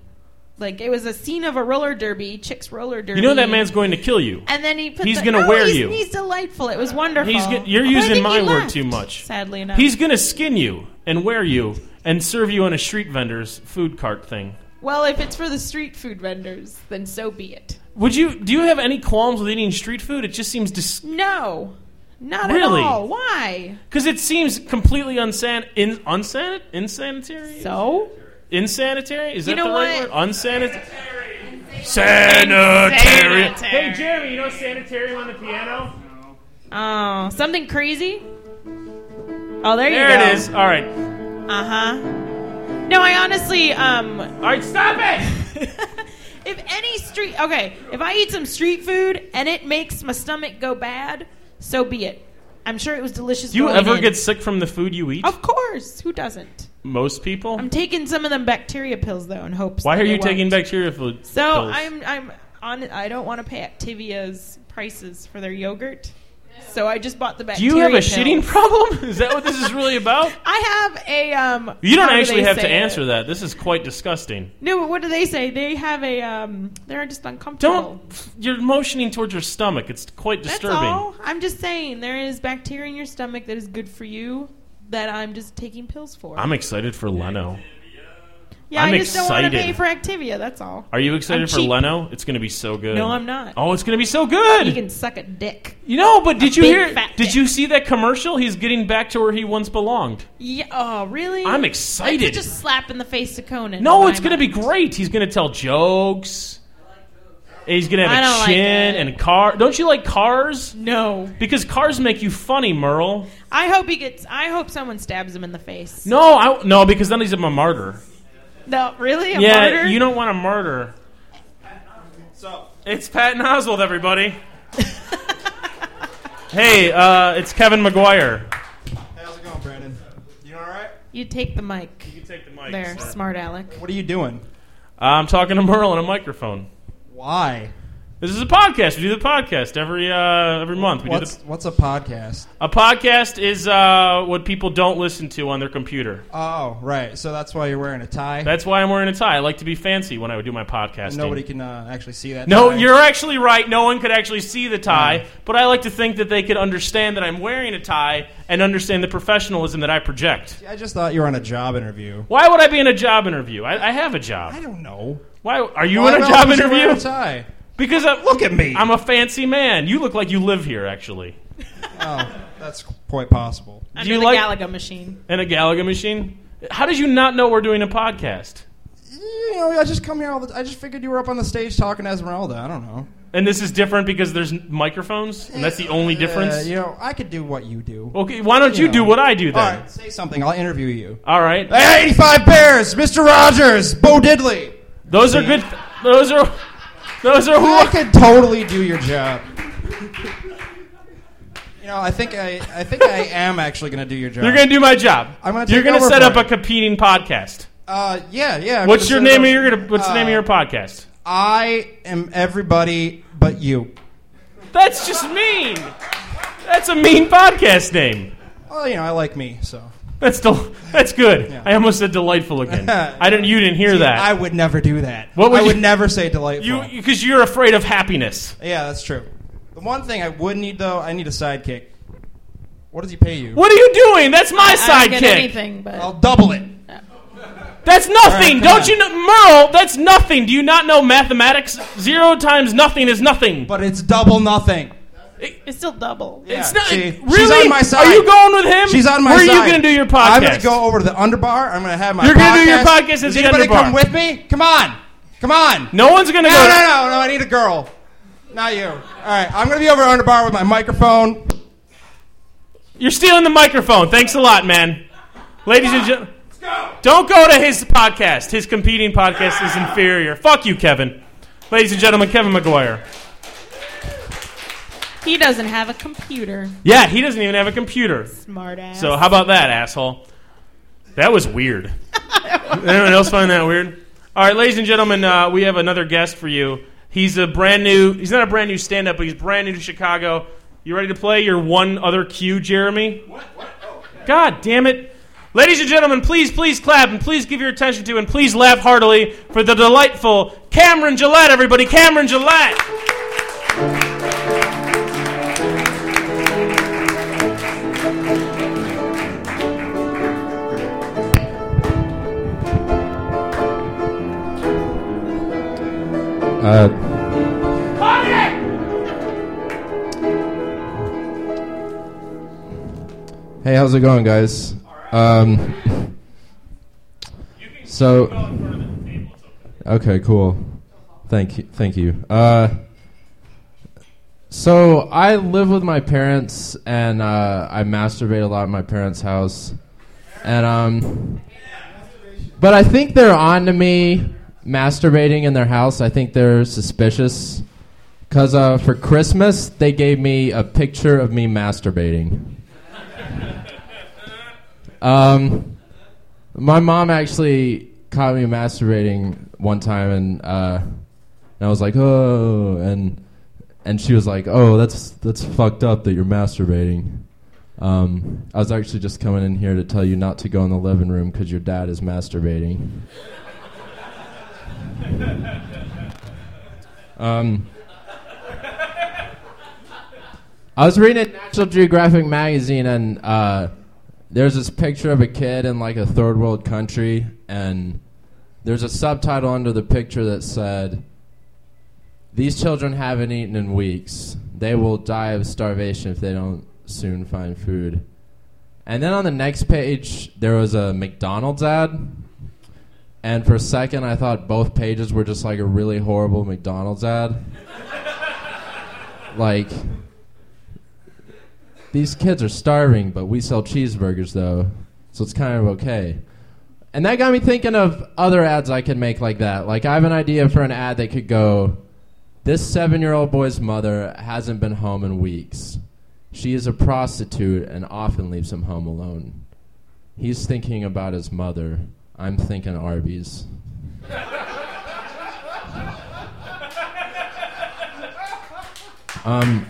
S3: Like it was a scene of a roller derby, chicks roller derby.
S1: you know that man's going to kill you.
S3: And then he put.
S1: He's
S3: the-
S1: gonna
S3: no,
S1: wear
S3: he's,
S1: you.
S3: He's delightful. It was wonderful.
S1: He's get- you're
S3: But I
S1: using
S3: think
S1: my
S3: he
S1: word
S3: left,
S1: too much.
S3: Sadly enough,
S1: He's gonna skin you and wear you and serve you on a street vendor's food cart thing.
S3: well. If it's for the street food vendors, then so be it.
S1: Would you do you have any qualms with eating street food? It just seems dis-
S3: No, not
S1: Really?
S3: at all. Why?
S1: Because it seems completely unsan in unsan insanitary.
S3: So
S1: Insanitary is that
S3: You know
S1: the right
S3: what?
S1: word? Unsanitary. Sanitary. Hey Jeremy, you know sanitary on the piano?
S3: Oh, something crazy? Oh, there, you go.
S1: There it is. All right, all
S3: Uh huh. No, I honestly, um,
S1: right. Stop
S3: *laughs*
S1: it.
S3: if any street, okay, if I eat some street food and it makes my stomach go bad, so be it. I'm sure it was delicious.
S1: Do you
S3: going
S1: ever
S3: in.
S1: get sick from the food you eat?
S3: Of course, who doesn't?
S1: Most people.
S3: I'm taking some of them bacteria pills though, in hopes.
S1: Why
S3: that
S1: are
S3: they
S1: you taking
S3: won't.
S1: bacteria food?
S3: So
S1: pills?
S3: I'm, I'm on. I don't want to pay Activia's prices for their yogurt, so I just bought the
S1: Do
S3: bacteria.
S1: you have a
S3: pill.
S1: shitting problem? *laughs* Is that what this is
S3: *laughs*
S1: really about?
S3: I have a um.
S1: You don't
S3: how do
S1: actually
S3: they
S1: have to
S3: say Oh. it?
S1: answer that. This is quite disgusting.
S3: No, but what do they say? They have a um. They're just uncomfortable.
S1: Don't. You're motioning towards your stomach. It's quite
S3: That's
S1: disturbing.
S3: all. I'm just saying there is bacteria in your stomach that is good for you. That I'm just taking pills for.
S1: I'm excited for Leno.
S3: yeah,
S1: I'm
S3: I just don't want to pay
S1: excited.
S3: for Activia. That's all.
S1: Are you excited
S3: I'm
S1: for
S3: cheap.
S1: Leno? It's going to be so good.
S3: No, I'm not.
S1: Oh, it's going to be so
S3: You
S1: good.
S3: can suck a dick.
S1: you know, but did you
S3: big
S1: hear?
S3: fat
S1: Did
S3: dick.
S1: you see that commercial? He's getting back to where he once belonged.
S3: Yeah. Oh, really?
S1: I'm
S3: That's
S1: excited.
S3: such a slap in the face to Conan.
S1: No,
S3: in
S1: it's
S3: my
S1: going to be
S3: mind.
S1: great. He's going to tell jokes. And He's going to
S3: I
S1: have a
S3: don't like
S1: chin
S3: it.
S1: and a car. Don't you like cars?
S3: No,
S1: Because cars make you funny, Merle.
S3: I hope he gets. I hope someone stabs him in the face. No,
S1: No, I no because then he's a martyr.
S3: really, a
S1: yeah,
S3: martyr?
S1: you don't want a martyr. It's Pat Oswald, everybody. hey, uh, it's Kevin McGuire.
S6: How's it going, Brandon? You all right?
S3: *laughs* You take the mic.
S1: You take the mic.
S3: There, smart Alec.
S6: What are you doing?
S1: I'm talking to Merle on a microphone
S6: Why?
S1: This is a podcast. We do the podcast every uh, every month. We do
S6: What's
S1: the,
S6: what's a podcast?
S1: a podcast is uh, what people don't listen to on their computer.
S6: Oh, right. So that's why you're wearing a tie.
S1: That's why I'm wearing a tie. I like to be fancy when I would do my podcast.
S6: Nobody can uh, actually see that.
S1: No,
S6: tie.
S1: you're actually right. No one could actually see the tie, but I like to think that they could understand that I'm wearing a tie and understand the professionalism that I project.
S6: I just thought you were on a job interview.
S1: Why would I be in a job interview? I, I have a job.
S6: I don't know.
S1: Why are you
S6: Why
S1: in a
S6: else
S1: job
S6: would you wear
S1: interview?
S6: a tie? Oh,
S1: Because I,
S6: Look at me.
S1: I'm a fancy man. You look like you live here, actually.
S6: Oh, that's quite possible.
S3: Under
S1: you
S3: the
S1: like-
S3: Galaga machine.
S1: And a Galaga machine. How did you not know we're doing a podcast?
S6: You know, I just come here all the. I just figured you were up on the stage talking to Esmeralda. I don't know.
S1: And this is different because there's n- microphones, and that's the only difference.
S6: Uh, you know, I could do what you do.
S1: Okay, why don't you
S6: Yeah.
S1: do what I
S6: All
S1: do then?
S6: right, say something. I'll interview you.
S1: All right.
S6: Hey, 85 Bears, Mr. Rogers, Bo Diddley.
S1: Those are good. Those are. Those are who.
S6: I could totally do your job. You know, I think I, I think I am actually going to do your job.
S1: You're gonna do my job.
S6: I'm gonna
S1: You're
S6: take
S1: gonna
S6: over
S1: set
S6: for
S1: up a
S6: it.
S1: competing podcast.
S6: uh, yeah, yeah. I'm
S1: What's your
S6: gonna
S1: name? Of
S6: say-
S1: your, what's the name of
S6: uh,
S1: your podcast?
S6: I am everybody but you.
S1: That's just mean. That's a mean podcast name.
S6: Well, you know, I like me, so
S1: That's del- That's good.
S6: Yeah.
S1: I almost said delightful
S6: *laughs*
S1: again. I didn't. You didn't hear that.
S6: I would never do that.
S1: What would
S6: I
S1: you-
S6: would never say delightful.
S1: you because you're afraid of happiness.
S6: yeah, that's true. The one thing I would need though, I need a sidekick. What does he pay you?
S1: What are you doing? That's my
S3: I don't get
S1: sidekick.
S3: anything, but
S6: I'll double it.
S1: That's nothing.
S6: All right, come
S1: Don't
S6: on.
S1: you know, Merle? That's nothing. Do you not know mathematics? Zero times nothing is nothing.
S6: But it's double nothing.
S3: it's still double.
S6: Yeah,
S1: it's not
S6: see,
S1: really.
S6: She's on my side.
S1: Are you going with him?
S6: She's on my
S1: Where
S6: side.
S1: are you going to do your podcast?
S6: I'm going to go over to the underbar. I'm going to have my
S1: You're
S6: going
S1: gonna
S6: to
S1: do your podcast at
S6: Is
S1: the
S6: anybody
S1: Underbar.
S6: come with me? Come on. Come on.
S1: No one's going to
S6: No,
S1: go.
S6: no, no, no. I need a girl. Not you. All right. I'm going to be over at Underbar with my microphone.
S1: You're stealing the microphone. Thanks a lot, man. Ladies and gentlemen, don't go to his podcast. His competing podcast is inferior. Fuck you, Kevin. Ladies and gentlemen, Kevin McGuire.
S3: He doesn't have a computer.
S1: Yeah, he doesn't even have a computer.
S3: Smart ass.
S1: So how about that, asshole? That was weird. Anyone else find that weird? All right, ladies and gentlemen, uh, we have another guest for you. He's a brand new. He's not a brand new stand-up, but he's brand new to Chicago. You ready to play your one other cue, Jeremy? God damn it! Ladies and gentlemen, please, please clap and please give your attention to and please laugh heartily for the delightful Cameron Gillette. Everybody, Cameron Gillette.
S7: Uh, hey, how's it going, guys? Um, so, okay, cool. Thank you. Thank you. Uh, so, I live with my parents, and uh, I masturbate a lot in my parents' house, and um. But I think they're on to me masturbating in their house. I think they're suspicious. Because uh, for Christmas, they gave me a picture of me masturbating. um, my mom actually caught me masturbating one time, and, uh, and I was like, oh, and, and she was like, oh, that's, that's fucked up that you're masturbating. Um, I was actually just coming in here to tell you not to go in the living room because your dad is masturbating. um, I was reading a National Geographic magazine, and uh, there's this picture of a kid in like a third world country, and there's a subtitle under the picture that said, these children haven't eaten in weeks. They will die of starvation if they don't soon find food. And then on the next page, there was a McDonald's ad. And for a second, I thought both pages were just like a really horrible McDonald's ad. like, these kids are starving, but we sell cheeseburgers, though. So it's kind of okay. And that got me thinking of other ads I could make like that. Like, I have an idea for an ad that could go this seven year old boy's mother hasn't been home in weeks. She is a prostitute and often leaves him home alone. He's thinking about his mother. I'm thinking Arby's. Um,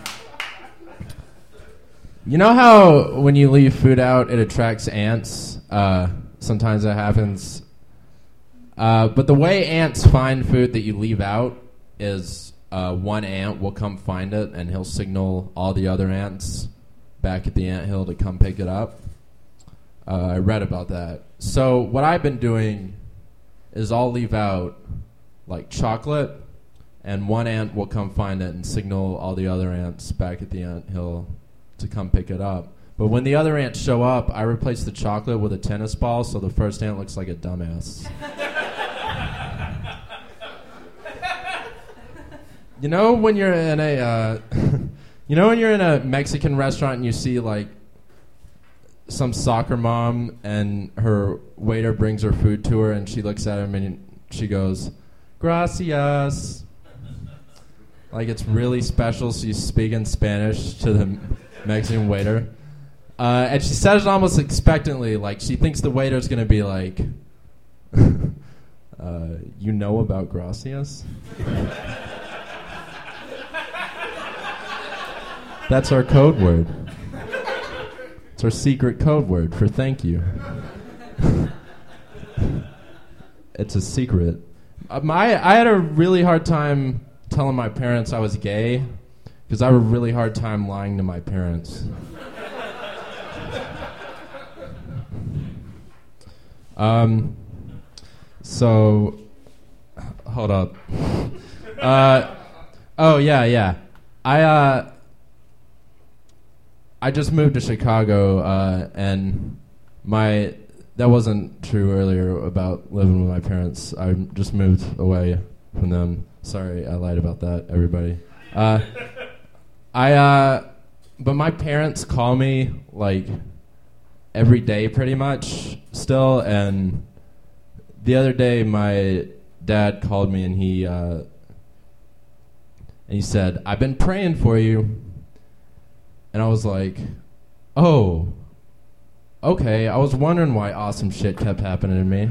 S7: you know how when you leave food out, it attracts ants? Uh, sometimes that happens. Uh, but the way ants find food that you leave out is uh, one ant will come find it and he'll signal all the other ants back at the ant hill to come pick it up. Uh, I read about that. So, what I've been doing is I'll leave out like chocolate, and one ant will come find it and signal all the other ants back at the ant hill to come pick it up. But when the other ants show up, I replace the chocolate with a tennis ball so the first ant looks like a dumbass. you know when you're in a, uh, *laughs* you know when you're in a Mexican restaurant and you see like some soccer mom and her waiter brings her food to her and she looks at him and she goes, "Gracias." Like it's really special, so you speak in Spanish to the Mexican waiter, uh, and she says it almost expectantly, like she thinks the waiter's gonna be like, *laughs* uh, "You know about gracias?" That's our code word. It's our secret code word for thank you. *laughs* it's a secret. Uh, my, I had a really hard time telling my parents I was gay because I had a really hard time lying to my parents. *laughs* um, so, hold up. *laughs* Uh, oh, yeah, yeah. I, uh, I just moved to Chicago, uh, and my that wasn't true earlier about living with my parents. I just moved away from them. Sorry, I lied about that, everybody. Uh, I uh, but my parents call me like every day, pretty much still. And the other day, my dad called me, and he uh, and he said, "I've been praying for you." and I was like, "Oh, okay." I was wondering why awesome shit kept happening to me.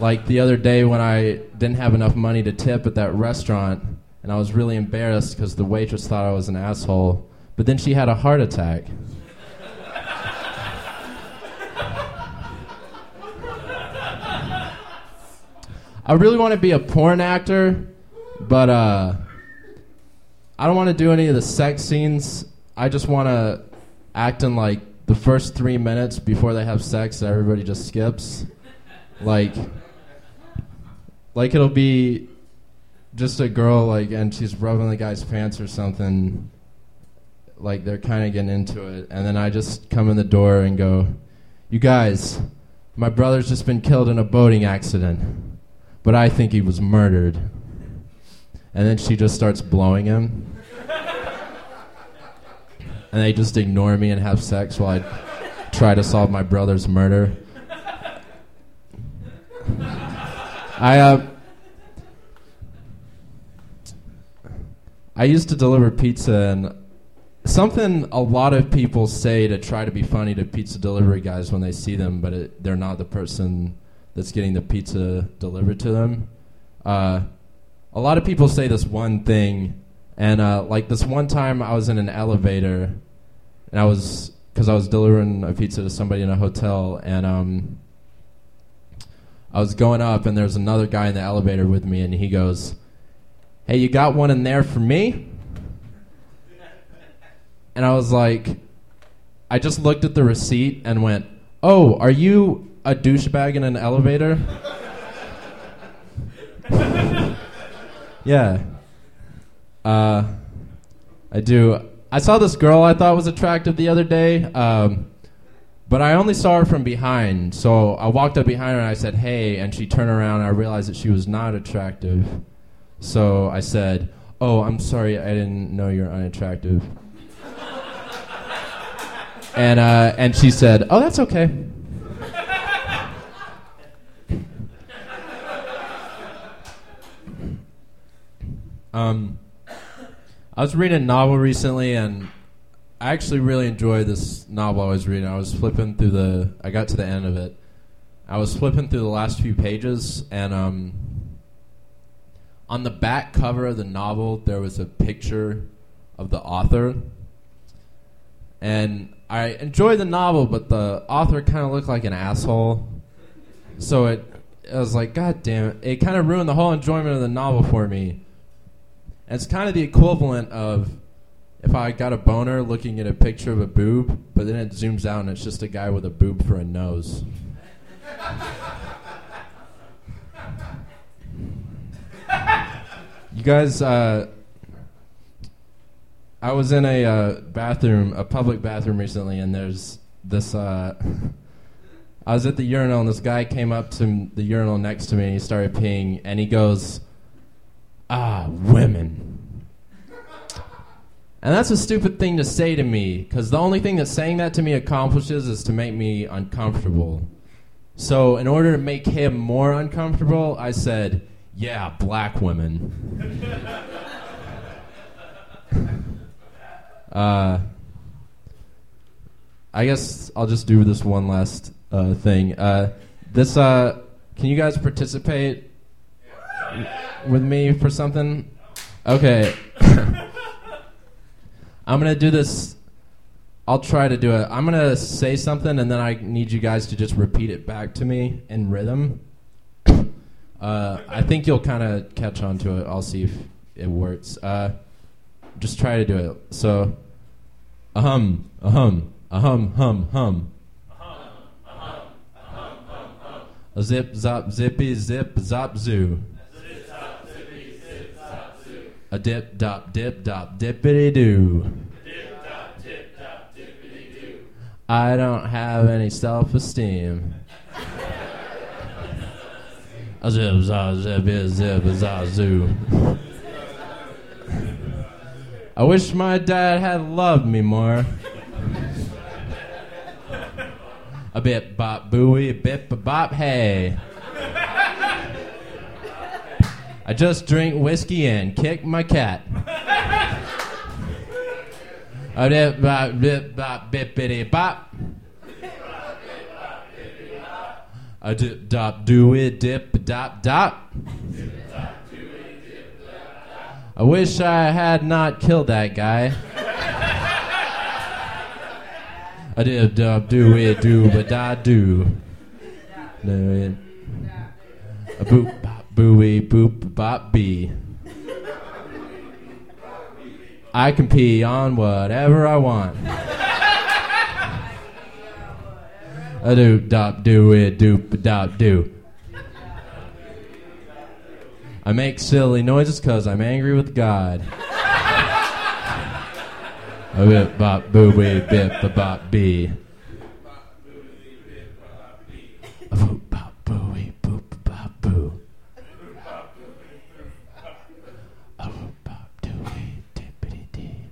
S7: like the other day when I didn't have enough money to tip at that restaurant, and I was really embarrassed because the waitress thought I was an asshole. But then she had a heart attack. I really want to be a porn actor, but uh. I don't want to do any of the sex scenes. I just want to act in like the first three minutes before they have sex that everybody just skips. Like, like it'll be just a girl like, and she's rubbing the guy's pants or something. Like they're kind of getting into it, and then I just come in the door and go, "You guys, my brother's just been killed in a boating accident, but I think he was murdered." And then she just starts blowing him. and they just ignore me and have sex while I try to solve my brother's murder. I uh, I used to deliver pizza and something a lot of people say to try to be funny to pizza delivery guys when they see them, but it, they're not the person that's getting the pizza delivered to them. Uh, a lot of people say this one thing, and uh, like this one time I was in an elevator, and I was because I was delivering a pizza to somebody in a hotel, and um, I was going up, and there's another guy in the elevator with me, and he goes, "Hey, you got one in there for me?" And I was like, I just looked at the receipt and went, "Oh, are you a douchebag in an elevator?" Yeah. Uh, I do. I saw this girl I thought was attractive the other day, um, but I only saw her from behind. So I walked up behind her and I said, hey, and she turned around and I realized that she was not attractive. So I said, oh, I'm sorry, I didn't know you're unattractive. and, uh, and she said, oh, that's okay. Um, I was reading a novel recently, and I actually really enjoyed this novel I was reading. I was flipping through the. I got to the end of it. I was flipping through the last few pages, and um, on the back cover of the novel there was a picture of the author and i enjoyed the novel but the author kind of looked like an asshole so it i was like god damn it it kind of ruined the whole enjoyment of the novel for me And it's kind of the equivalent of if i got a boner looking at a picture of a boob but then it zooms out and it's just a guy with a boob for a nose *laughs* You guys, uh, I was in a uh, bathroom, a public bathroom recently, and there's this. Uh, I was at the urinal, and this guy came up to m- the urinal next to me, and he started peeing, and he goes, Ah, women. And that's a stupid thing to say to me, because the only thing that saying that to me accomplishes is to make me uncomfortable. So, in order to make him more uncomfortable, I said, Yeah, black women. *laughs* uh, I guess I'll just do this one last uh, thing. Uh, this, uh, can you guys participate with me for something? Okay. *laughs* I'm going to do this. I'll try to do it. I'm going to say something and then I need you guys to just repeat it back to me in rhythm. *coughs* Uh, I think you'll kind of catch on to it. I'll see if it works. Uh, just try to do it. So, ahum, ahum, ahum, hum, hum. Zip, zop, zippy, zip, zop, zoo. A dip, dop, dip, dop, dippity doo. I don't have any self esteem. A zip, zop, zip, is, zip, is, zop, zoo. I wish my dad had loved me more. A bit bop buoy, bip a bop hey. I just drink whiskey and kick my cat. A bit Oh, bop bip bop bippity bop. A dip dop do it dip dop dop. I wish I had not killed that guy. A dip dop do it do but da do. Do it. A boop bop booey boop bop bee. I can pee on whatever I want. A doop dop do it doop a dop do. I make silly noises cause I'm angry with God. A bip bop boo wee bip a bop bee. A boop bop boo wee boop a bop boo. A boop bop do wee dippity dee.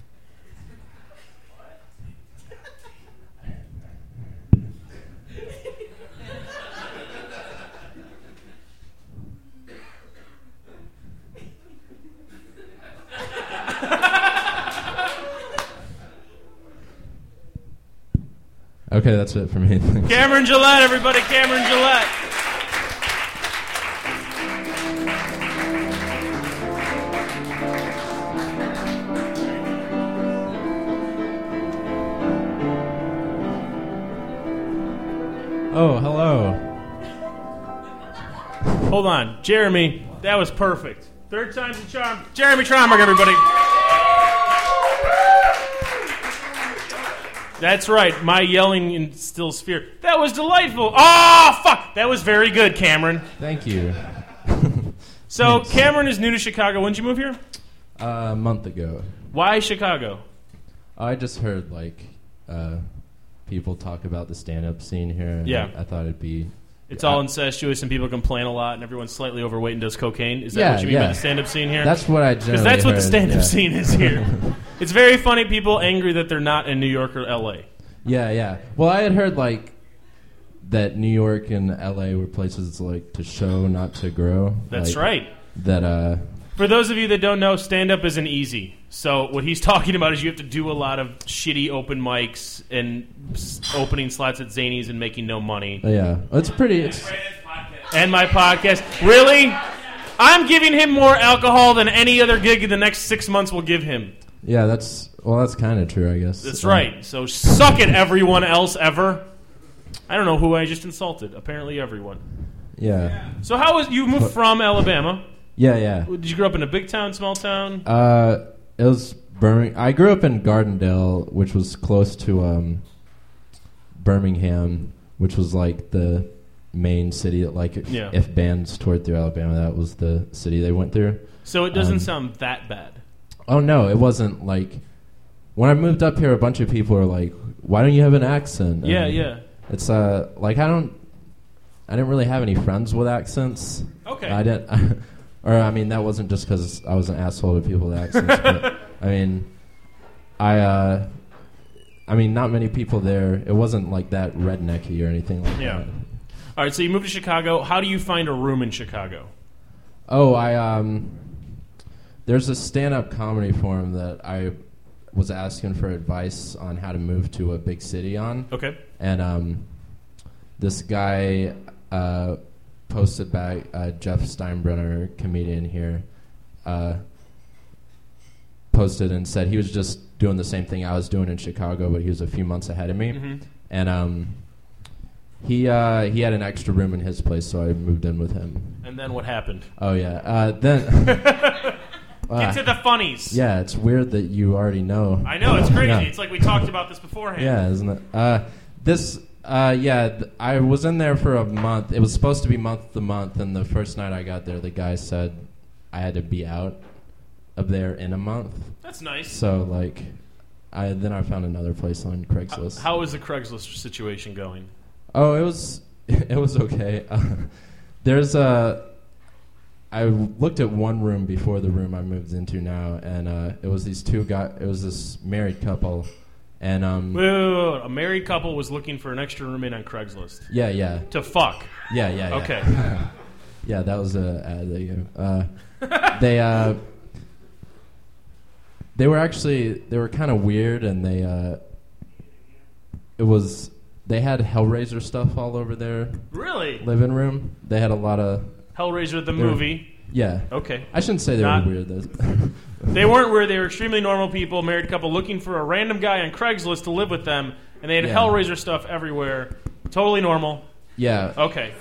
S7: Okay, that's it for me. *laughs*
S1: Cameron Gillette, everybody, Cameron Gillette.
S7: oh, hello.
S1: Hold on, Jeremy, that was perfect. Third time's a charm. Jeremy Tromberg, everybody. That's right. My yelling instills fear. That was delightful. Ah, fuck. That was very good, Cameron.
S7: Thank you.
S1: *laughs* So, Cameron is new to Chicago. When'd you move here?
S7: Uh, a month ago.
S1: Why Chicago?
S7: I just heard like uh, people talk about the stand-up scene here. And
S1: Yeah.
S7: I, I thought it'd be.
S1: It's all incestuous and people complain a lot and everyone's slightly overweight and does cocaine. Is that
S7: Yeah,
S1: what you mean by
S7: yeah.
S1: the stand up scene here?
S7: That's what I generally.
S1: Because that's what the
S7: heard,
S1: stand up
S7: yeah.
S1: scene is
S7: *laughs*
S1: here. it's very funny people angry that they're not in New York or LA.
S7: Yeah, yeah. Well, I had heard like that New York and L.A. were places like to show, not to grow.
S1: That's
S7: Like,
S1: right.
S7: That uh,
S1: For those of you that don't know, stand up isn't easy. So what he's *laughs* talking about is you have to do a lot of shitty open mics and s- opening slots at Zanies and making no money.
S7: yeah, it's pretty. It's
S1: And my podcast, really? I'm giving him more alcohol than any other gig in the next six months will give him.
S7: Yeah, that's well, that's kind of true, I guess.
S1: That's
S7: Um,
S1: right. So suck it, everyone else ever. I don't know who I just insulted. Apparently, everyone.
S7: Yeah,
S1: So how was you moved from Alabama?
S7: yeah, yeah.
S1: Did you grow up in a big town, small town?
S7: Uh, it was Birmingham. I grew up in Gardendale, which was close to um, Birmingham, which was like the main city. That, like, if,
S1: Yeah.
S7: if bands toured through Alabama, that was the city they went through.
S1: So it doesn't
S7: um,
S1: sound that bad.
S7: Oh no, it wasn't like when I moved up here. A bunch of people were like, "Why don't you have an accent?"
S1: Yeah,
S7: And
S1: yeah.
S7: It's uh, like I don't, I didn't really have any friends with accents.
S1: Okay.
S7: I didn't, *laughs* or I mean, that wasn't just because I was an asshole to people with accents.
S1: *laughs*
S7: but, I mean, I, uh, I mean, not many people there. It wasn't like that rednecky or anything like
S1: Yeah.
S7: that.
S1: All right. So you moved to Chicago. How do you find a room in Chicago?
S7: Oh, I um, there's a stand-up comedy forum that I was asking for advice on how to move to a big city on.
S1: Okay.
S7: and um, this guy uh, posted back uh, Jeff Steinbrenner, comedian here, uh, posted and said he was just doing the same thing I was doing in Chicago, but he was a few months ahead of me,
S1: Mhm.
S7: and um, he uh, he had an extra room in his place, so I moved in with him.
S1: And then what happened?
S7: Oh yeah, uh, then
S1: *laughs*
S7: *laughs*
S1: Get to the funnies.
S7: yeah, it's weird that you already know.
S1: I know it's crazy.
S7: Yeah.
S1: It's like we talked about this beforehand.
S7: Yeah, isn't it? Uh, this, uh, yeah, th- I was in there for a month. It was supposed to be month to month, and the first night I got there, the guy said I had to be out of there in a month.
S1: That's nice.
S7: So like, I then I found another place on Craigslist.
S1: How is the Craigslist situation going?
S7: Oh, it was *laughs* it was okay. Uh, there's a. I looked at one room before the room I moved into now, and uh, it was these two guy. It was this married couple, and um,
S1: Wait, wait, wait, wait. A married couple was looking for an extra roommate on Craigslist
S7: yeah, yeah,
S1: to fuck.
S7: yeah, yeah. yeah.
S1: Okay.
S7: Yeah, that was a ad they gave. Uh, they uh, they were actually they were kind of weird, and they uh, it was they had Hellraiser stuff all over their
S1: Really?
S7: living room. They had a lot of
S1: Hellraiser the
S7: They're-
S1: movie.
S7: yeah.
S1: Okay.
S7: I shouldn't say they
S1: Not-
S7: were weird. Though.
S1: *laughs* They weren't weird. They were extremely normal people, married couple, looking for a random guy on Craigslist to live with them, and they had
S7: Yeah.
S1: Hellraiser stuff everywhere. Totally normal.
S7: yeah,
S1: Okay.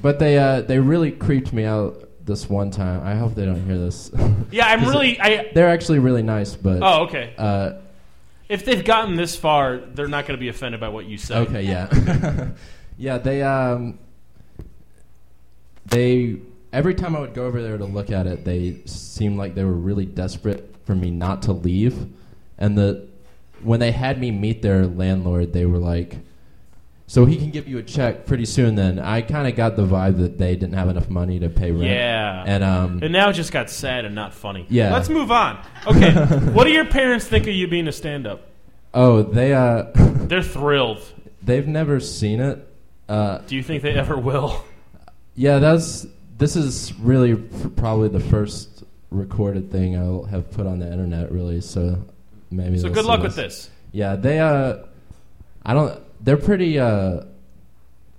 S7: but they uh, they really creeped me out this one time. I hope they don't hear this.
S1: Yeah, I'm
S7: *laughs* 'Cause
S1: really. I.
S7: They're actually really nice, but
S1: Oh, okay.
S7: uh,
S1: If they've gotten this far, they're not going to be offended by what you say. *laughs*
S7: Okay, yeah. *laughs* yeah, they um they every time I would go over there to look at it, they seemed like they were really desperate for me not to leave. And the when they had me meet their landlord, they were like so he can give you a check pretty soon then. I kind of got the vibe that they didn't have enough money to pay rent.
S1: Yeah.
S7: And um
S1: And now it just got sad and not funny.
S7: Yeah.
S1: Let's move on. Okay. *laughs* what do your parents think of you being a stand up?
S7: oh, they uh *laughs*
S1: They're thrilled.
S7: they've never seen it. Uh
S1: Do you think they ever will?
S7: Yeah, that's. This is really f- probably the first recorded thing I'll have put on the internet, really. So maybe.
S1: So
S7: they'll
S1: good
S7: see
S1: luck with this.
S7: Yeah, they. Uh, I don't. They're pretty uh,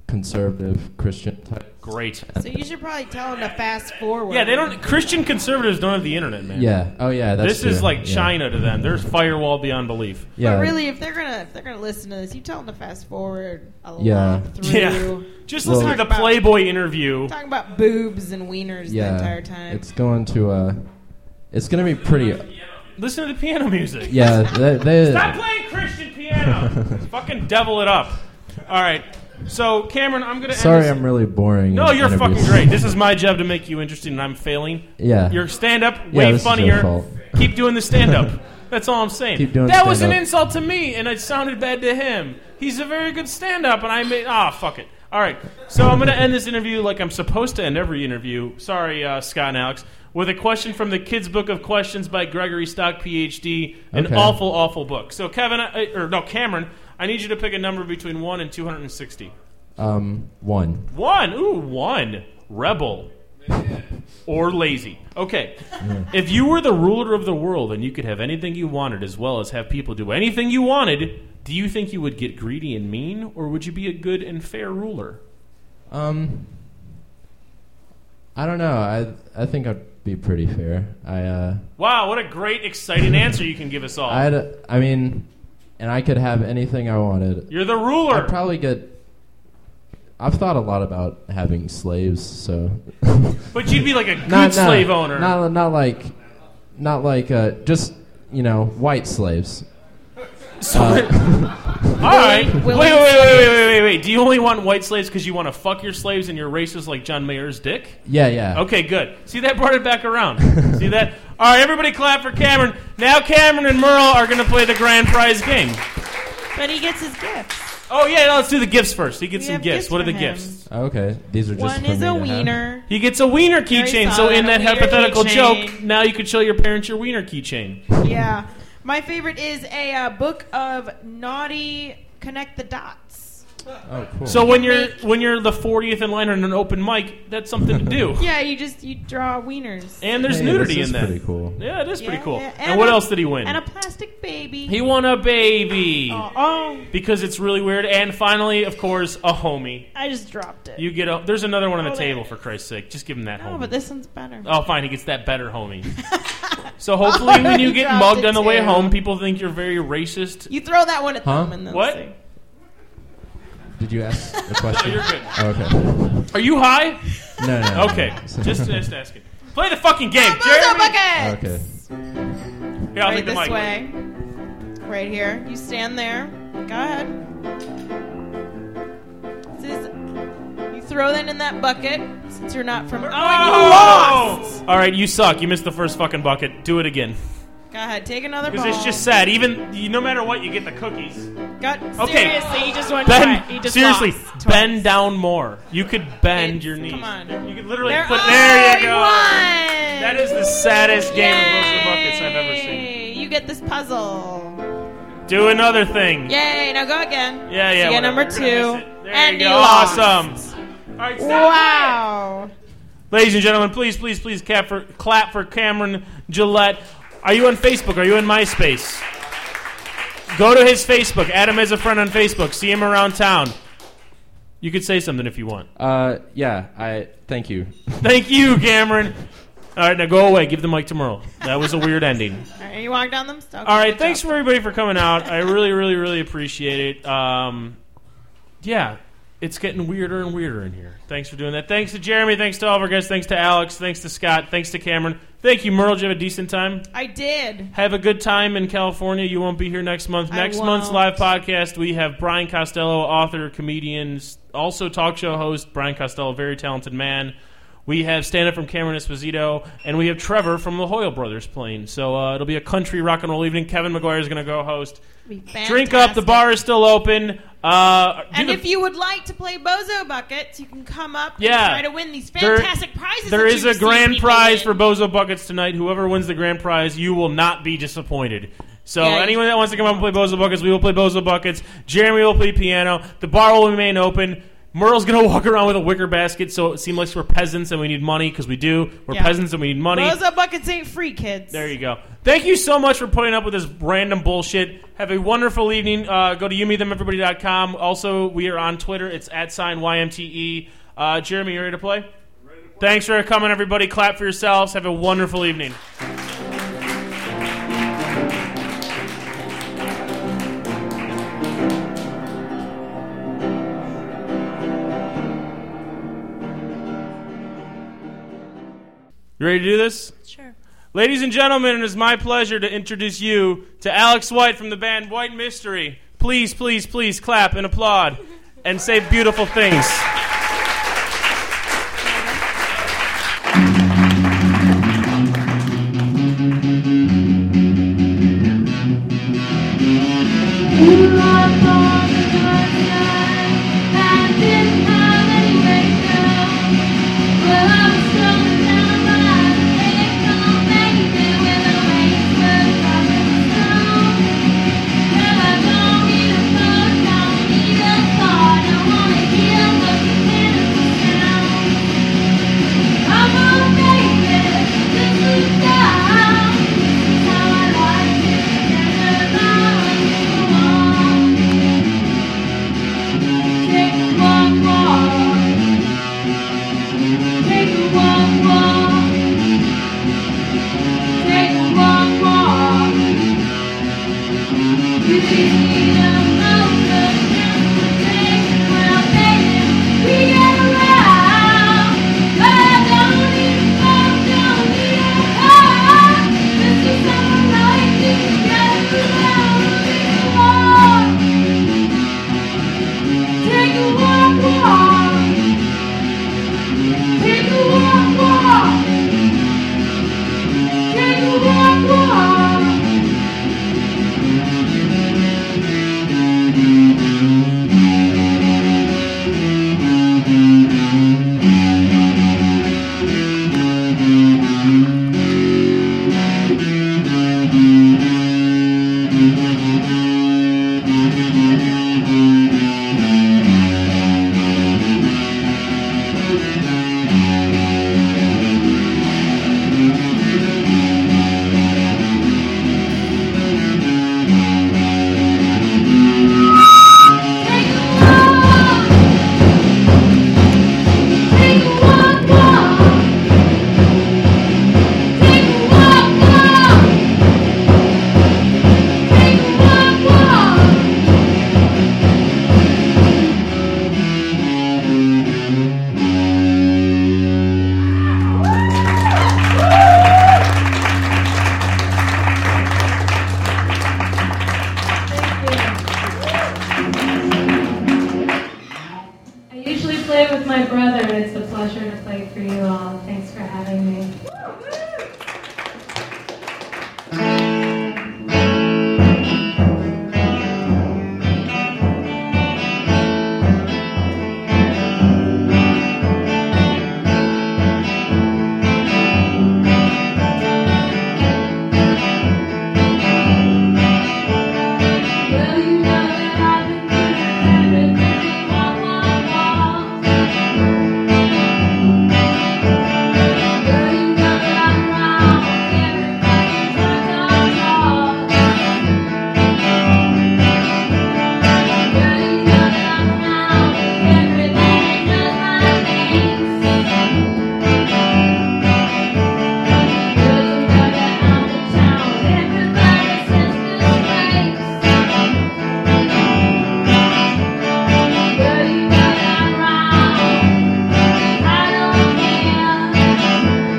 S7: conservative Christian type.
S1: Great.
S3: So you should probably tell him to fast forward.
S1: Yeah, they don't. Christian conservatives don't have the internet, man.
S7: Yeah. Oh yeah. That's
S1: This is
S7: true.
S1: like
S7: Yeah.
S1: China to them. There's firewall beyond belief.
S7: Yeah.
S3: But really, if they're gonna if they're gonna listen to this, you tell them to fast forward a
S7: Yeah.
S3: lot through.
S1: Yeah. Just
S7: Well-
S1: listen to the Playboy interview.
S3: Talking about boobs and wieners
S7: Yeah.
S3: the entire time.
S7: It's going to. Uh, it's gonna be pretty.
S1: Listen to the piano music.
S7: Yeah. They. they
S1: Stop playing Christian
S7: *laughs*
S1: piano. Fucking devil it up. All right. So Cameron, I'm gonna.
S7: sorry,
S1: end
S7: I'm
S1: this.
S7: really boring.
S1: No,
S7: in
S1: you're
S7: interviews.
S1: fucking great. This is my job to make you interesting, and I'm failing.
S7: Yeah.
S1: Your stand up way
S7: this is your
S1: funnier.
S7: fault.
S1: Keep doing the stand
S7: *laughs*
S1: up. That's all I'm saying.
S7: Keep doing
S1: that was an
S7: stand-up.
S1: insult to me, and it sounded bad to him. He's a very good stand up, and I made. Ah, fuck it. All right. So I'm going to end this interview like I'm supposed to end every interview. Sorry, uh, Scott and Alex. With a question from the Kids Book of Questions by Gregory Stock, PhD. An
S7: Okay.
S1: awful, awful book. So, Kevin, I- or no, Cameron, I need you to pick a number between 1 and 260.
S7: *laughs* Um. One.
S1: One. Ooh, one. Rebel. or lazy. Okay.
S7: Mm.
S1: If you were the ruler of the world and you could have anything you wanted as well as have people do anything you wanted, do you think you would get greedy and mean or would you be a good and fair ruler?
S7: Um, I don't know. I I think I'd be pretty fair. I uh,
S1: Wow, what a great, exciting answer you can give us all.
S7: I'd I mean, and I could have anything I wanted.
S1: You're the ruler.
S7: I'd probably get. I've thought a lot about having slaves, so *laughs*
S1: but you'd be like a good
S7: not
S1: slave
S7: not,
S1: owner.
S7: Not not like, not like uh, just you know white slaves. Uh,
S1: So- all right. Wait, wait,
S3: willing
S1: wait, wait, wait, wait, wait, wait. Do you only want white slaves because you want to fuck your slaves and you're racist like John Mayer's dick?
S7: *laughs* Yeah, yeah.
S1: Okay, good. See, that brought it back around. See that? *laughs* All right, everybody clap for Cameron. Now Cameron and Merle are going to play the grand prize game.
S3: But he gets his gifts.
S1: Oh, yeah, no, let's do the gifts first. He
S3: We
S1: gets some
S3: have
S1: gifts.
S3: gifts
S1: What are
S3: for
S1: the
S3: him.
S1: gifts?
S7: Okay, these are just
S3: One
S7: for
S3: is
S7: me
S3: a
S7: to have.
S3: wiener.
S1: *laughs* He gets a wiener
S3: Very
S1: keychain. So,
S3: solid,
S1: in
S3: a
S1: that
S3: wiener
S1: hypothetical
S3: keychain.
S1: joke, now you could show your parents your wiener keychain.
S3: Yeah. My favorite is a uh, book of naughty connect the dots.
S7: Oh, cool.
S1: So when you're when you're the 40th in line on an open mic, that's something to
S3: *laughs*
S1: do.
S3: Yeah, you just you draw wieners.
S1: And there's
S7: Hey,
S1: nudity
S7: this
S1: in
S7: is
S1: that.
S7: Pretty cool.
S1: Yeah, it is pretty
S3: Yeah,
S1: cool.
S3: yeah.
S1: And, what
S3: a-
S1: else did he win?
S3: And a plastic baby.
S1: he won a baby
S3: oh, oh,
S1: because it's really weird. And finally, of course, a homie.
S3: I just dropped it.
S1: You get a. There's another one on the
S3: Oh,
S1: table
S3: there.
S1: for Christ's sake. Just give him that
S3: no,
S1: homie.
S3: but this one's better.
S1: oh, fine. He gets that better
S3: *laughs*
S1: homie. so hopefully, when you
S3: He
S1: get
S3: dropped
S1: mugged
S3: it
S1: on the way
S3: too.
S1: home, people think you're very racist.
S3: You throw that one at
S7: Huh?
S3: them and then
S1: What?
S3: see.
S7: Did you ask
S1: *laughs*
S7: a question?
S1: You're good.
S7: Oh, okay.
S1: Are you high?
S7: No, no. no.
S1: Okay. just just asking. Play the fucking game,
S3: Bucket!
S1: Jeremy.
S7: *laughs* Okay.
S1: Here, I'll
S3: Right
S1: take the
S3: this
S1: mic.
S3: way. Right here. You stand there. Go ahead. This is, you throw that in that bucket since you're not from. Oh, and you lost.
S1: All right, you suck. You missed the first fucking bucket. Do it again.
S3: Go ahead. Take another ball.
S1: Because it's just sad. Even you, no matter what, you get the cookies.
S3: Got,
S1: Okay.
S3: Seriously, you just went.
S1: Bend.
S3: twice. You just
S1: seriously,
S3: lost twice.
S1: bend down more. You could bend
S3: It's-
S1: your knees.
S3: come on.
S1: You could literally
S3: There,
S1: put.
S3: oh,
S1: there you
S3: you
S1: go.
S3: Won.
S1: That is the saddest game of Buster Buckets I've ever seen.
S3: Yay. You get this puzzle.
S1: Do another thing.
S3: Yay! Now go again.
S1: yeah, yeah.
S3: You get
S1: whatever.
S3: number
S1: We're gonna
S3: two.
S1: miss it. There
S3: and
S1: you
S3: you
S1: go.
S3: lost.
S1: Awesome. All right, stop it.
S3: Wow.
S1: Ladies and gentlemen, please, please, please clap for, clap for Cameron Gillette. Are you on Facebook? Are you in MySpace? Go to his Facebook. Add him as a friend on Facebook. See him around town. You could say something if you want.
S7: Uh, yeah. I thank you.
S1: Thank you, Cameron. All right, now go away. Give the mic to Merle. That was a weird ending.
S3: All right, you walk down them. Okay,
S1: All right,
S3: good
S1: thanks
S3: job.
S1: for everybody for coming out. I really, really, really appreciate it. Um, yeah, it's getting weirder and weirder in here. Thanks for doing that. Thanks to Jeremy. Thanks to all of our guests. Thanks to Alex. Thanks to Scott. Thanks to Cameron. Thank you, Merle. Did you have a decent time?
S3: I did.
S1: Have a good time in California. You won't be here next month.
S3: I
S1: Next month's live
S3: won't.
S1: podcast, we have Brian Costello, author, comedian, s- also talk show host. Brian Costello, very talented man. We have stand up from Cameron Esposito, and we have Trevor from the Hoyle Brothers playing. So uh, it'll be a country rock and roll evening. Kevin McGuire is going to go host.
S3: Be fantastic.
S1: Drink up. The bar is still open. Uh, do
S3: And
S1: the-
S3: if you would like to play Bozo Buckets, you can come up
S1: Yeah.
S3: and try to win these
S1: There-
S3: fantastic prizes.
S1: There
S3: that
S1: is a
S3: you've seen
S1: grand
S3: people
S1: prize for
S3: win.
S1: Bozo Buckets tonight. Whoever wins the grand prize, you will not be disappointed. So
S3: Yeah, you-
S1: anyone that wants to come up and play Bozo Buckets, we will play Bozo Buckets. Jeremy will play piano. The bar will remain open. Merle's going to *laughs* walk around with a wicker basket, so it seems like we're peasants and we need money because we do. We're
S3: Yeah.
S1: peasants and we need money.
S3: Bozo Buckets ain't free, kids.
S1: There you go. Thank you so much for putting up with this random bullshit. Have a wonderful evening. Uh, go to youmeetthemeverybody.com. Also, we are on Twitter. It's at sign YMTE. Uh, Jeremy, you ready to play? Thanks for coming, everybody. Clap for yourselves. Have a wonderful evening. You ready to do this?
S2: Sure.
S1: Ladies and gentlemen, it is my pleasure to introduce you to Alex White from the band White Mystery. Please, please, please clap and applaud and say beautiful things.
S8: I'm okay. great for you all. Thanks for having me. Well, you know that I've been through everything on my wall. Girl, you know that I'm wrong. Everybody's words are wrong. Girl, you know that I'm wrong. Everybody knows my names. Girl, you know that I'm the town. Everybody says this place. Girl, you know that I'm wrong. I don't care.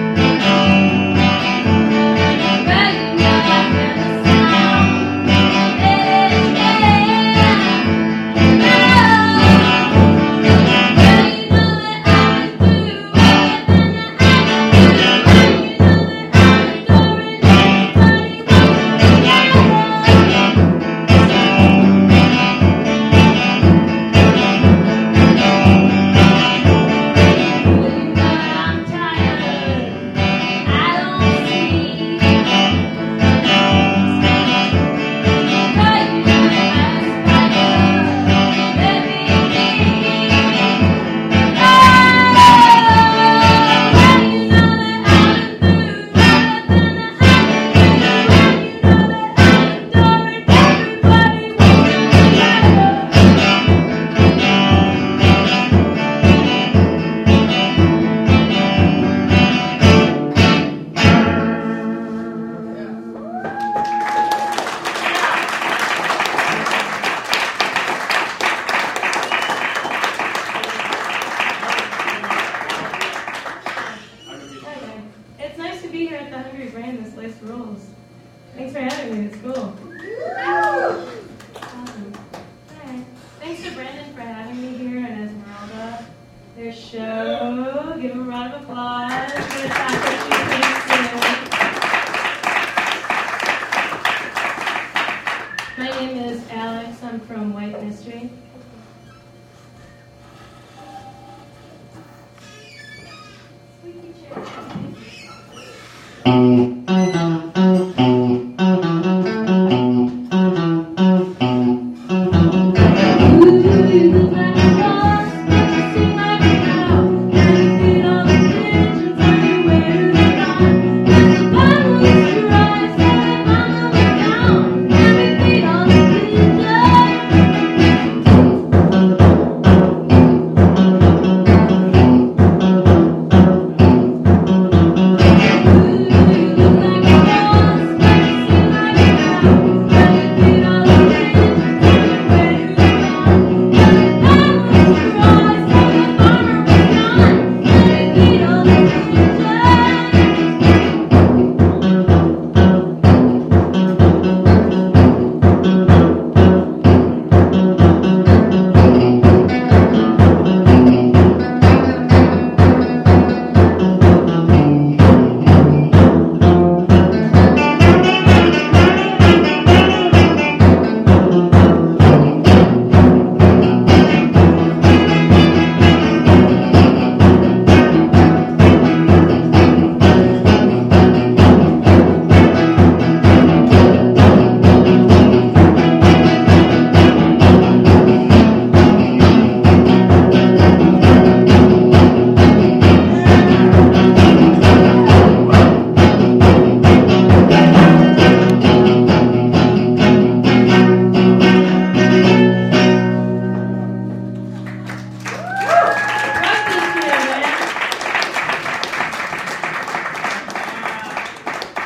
S8: Well, you know I hear the sound. Well, you know that I've been through everything that I can do. Well, you know that I've been ignoring everybody. Well, you know that I'm tired. I don't see. Girl, you know that I'm a spider. Let me be. you know that I've been through everything that I Hi there. It's nice to be here at the Hungry Brain. This place rules. Thanks for having me. It's cool. Um, Awesome. Hi. Thanks to Brandon for having me here and Esmeralda. Their show. Give them a round of applause. for the fact that she thinks so. My name is Alex. I'm from White Mystery. Squeaky chair. Thank you Thank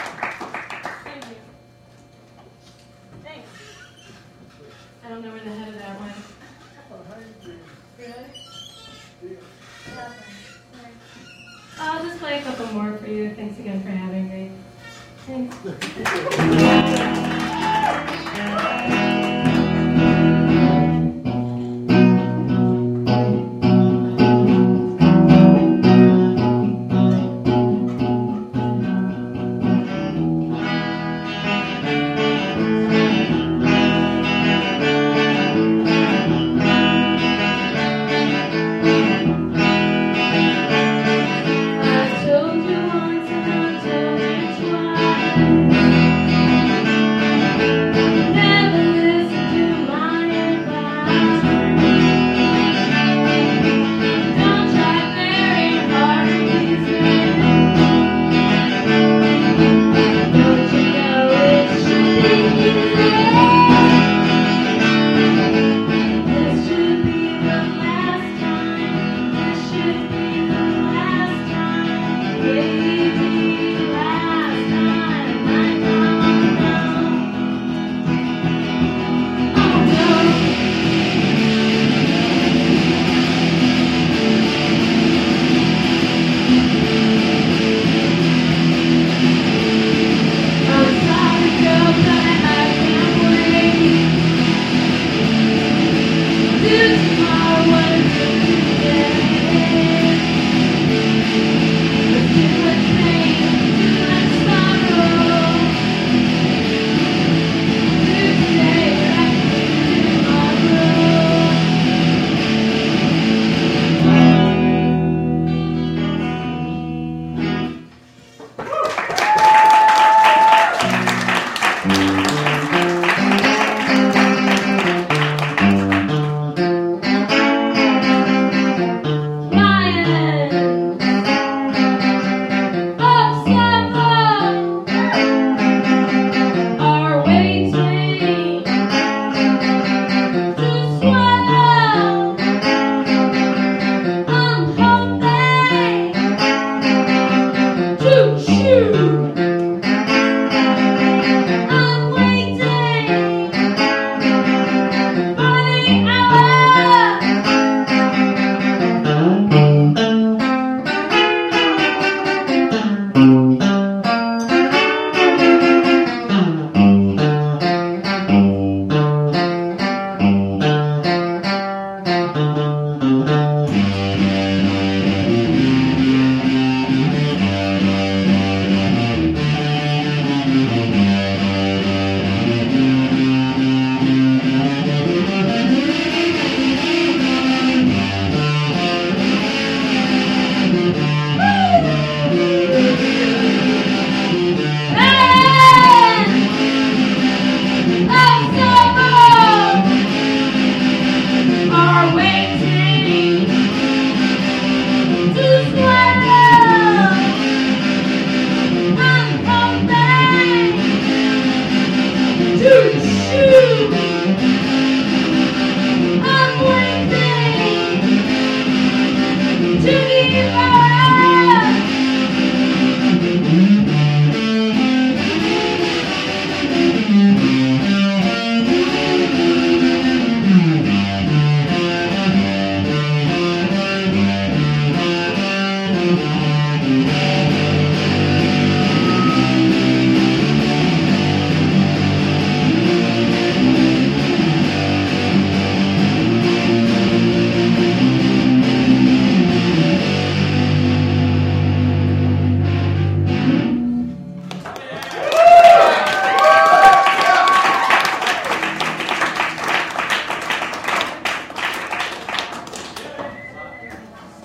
S8: you. Thanks. I don't know where the head of that went. Really? Nothing. I'll just play a couple more for you. Thanks again for having me. Thanks. Oh, Oh,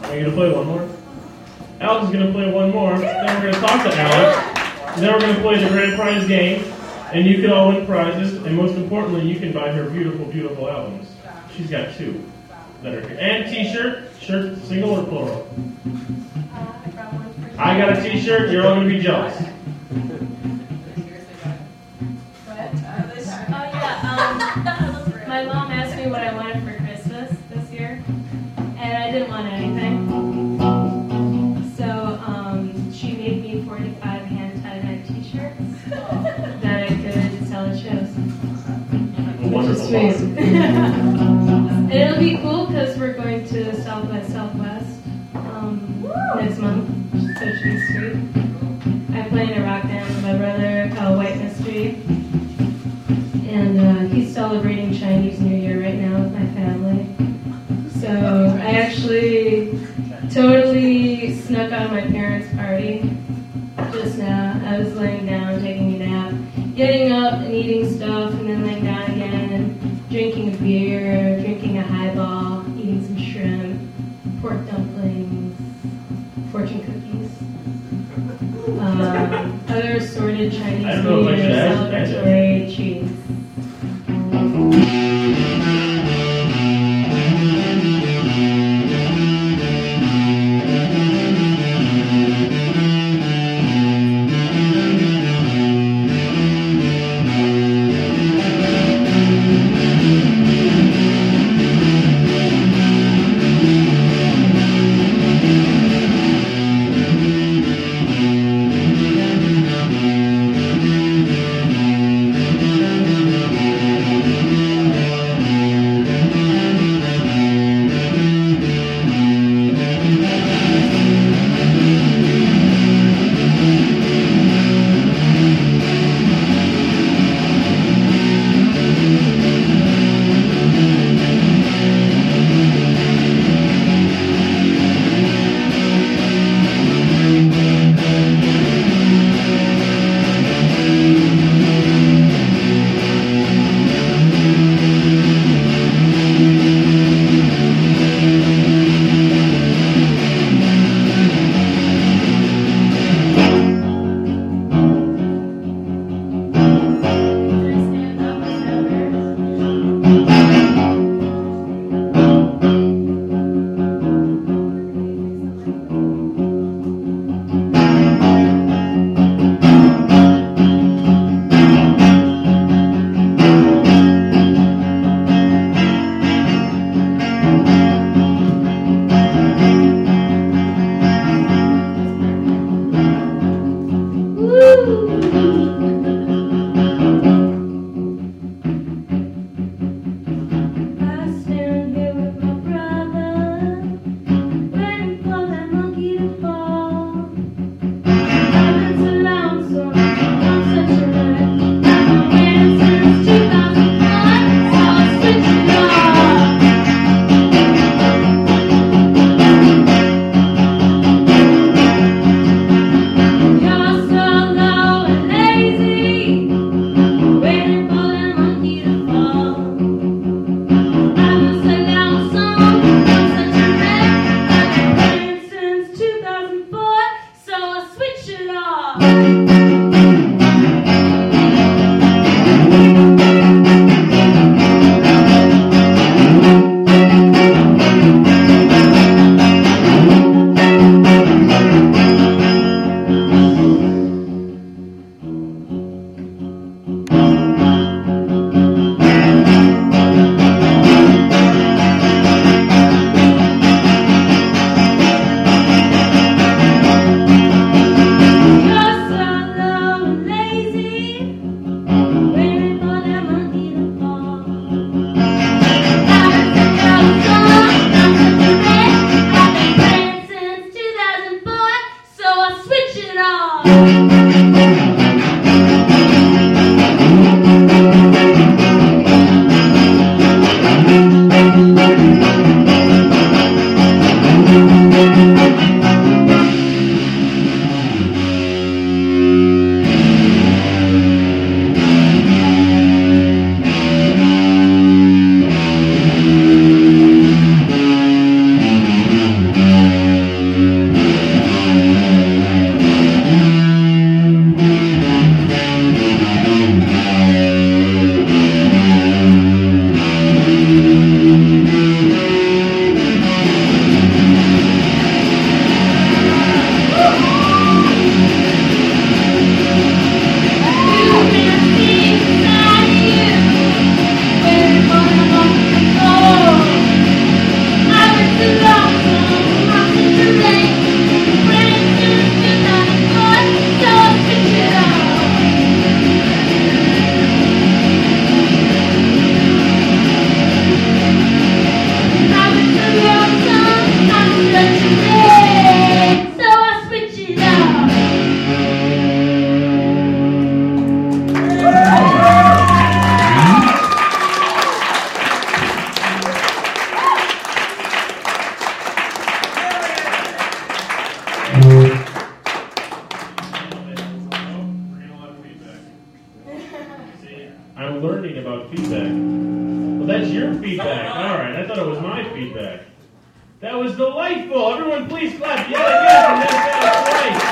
S1: Are you gonna play one more? Alex is gonna play one more. Then we're gonna talk to Alex. Then we're gonna play the grand prize game, and you can all win prizes. And most importantly, you can buy her beautiful, beautiful albums. She's got two that are here. And T-shirt, shirt single or plural. I got a T-shirt. You're all gonna be jealous.
S2: Oh yeah. Um, *laughs* my mom asked me what I wanted for Christmas this year, and I didn't want anything. So um, she made me 45 hand tie-dye T-shirts that I could sell at shows.
S1: A
S2: Which is
S1: wonderful box.
S2: sweet. *laughs* And It'll be cool because we're going to South by Southwest um, next month, so it should be sweet. I play in a rock band with my brother called White Mystery, and uh, he's celebrating Chinese New Year right now with my family. So I actually totally snuck out of my parents' party just now. I was laying down, taking a nap, getting up and eating stuff, and then laying down again and drinking a beer, drinking a highball, eating some shrimp, pork dumplings, fortune cookies, um, other assorted
S1: I
S2: Chinese
S1: don't know
S2: New
S1: if I should
S2: Year
S1: ask that.
S2: celebratory treats.
S1: Thank
S8: *laughs* I'm learning about feedback. Well, that's your feedback. All right, I thought it was my feedback. That was delightful. Everyone, please clap. Yeah, yeah, for that, that, right.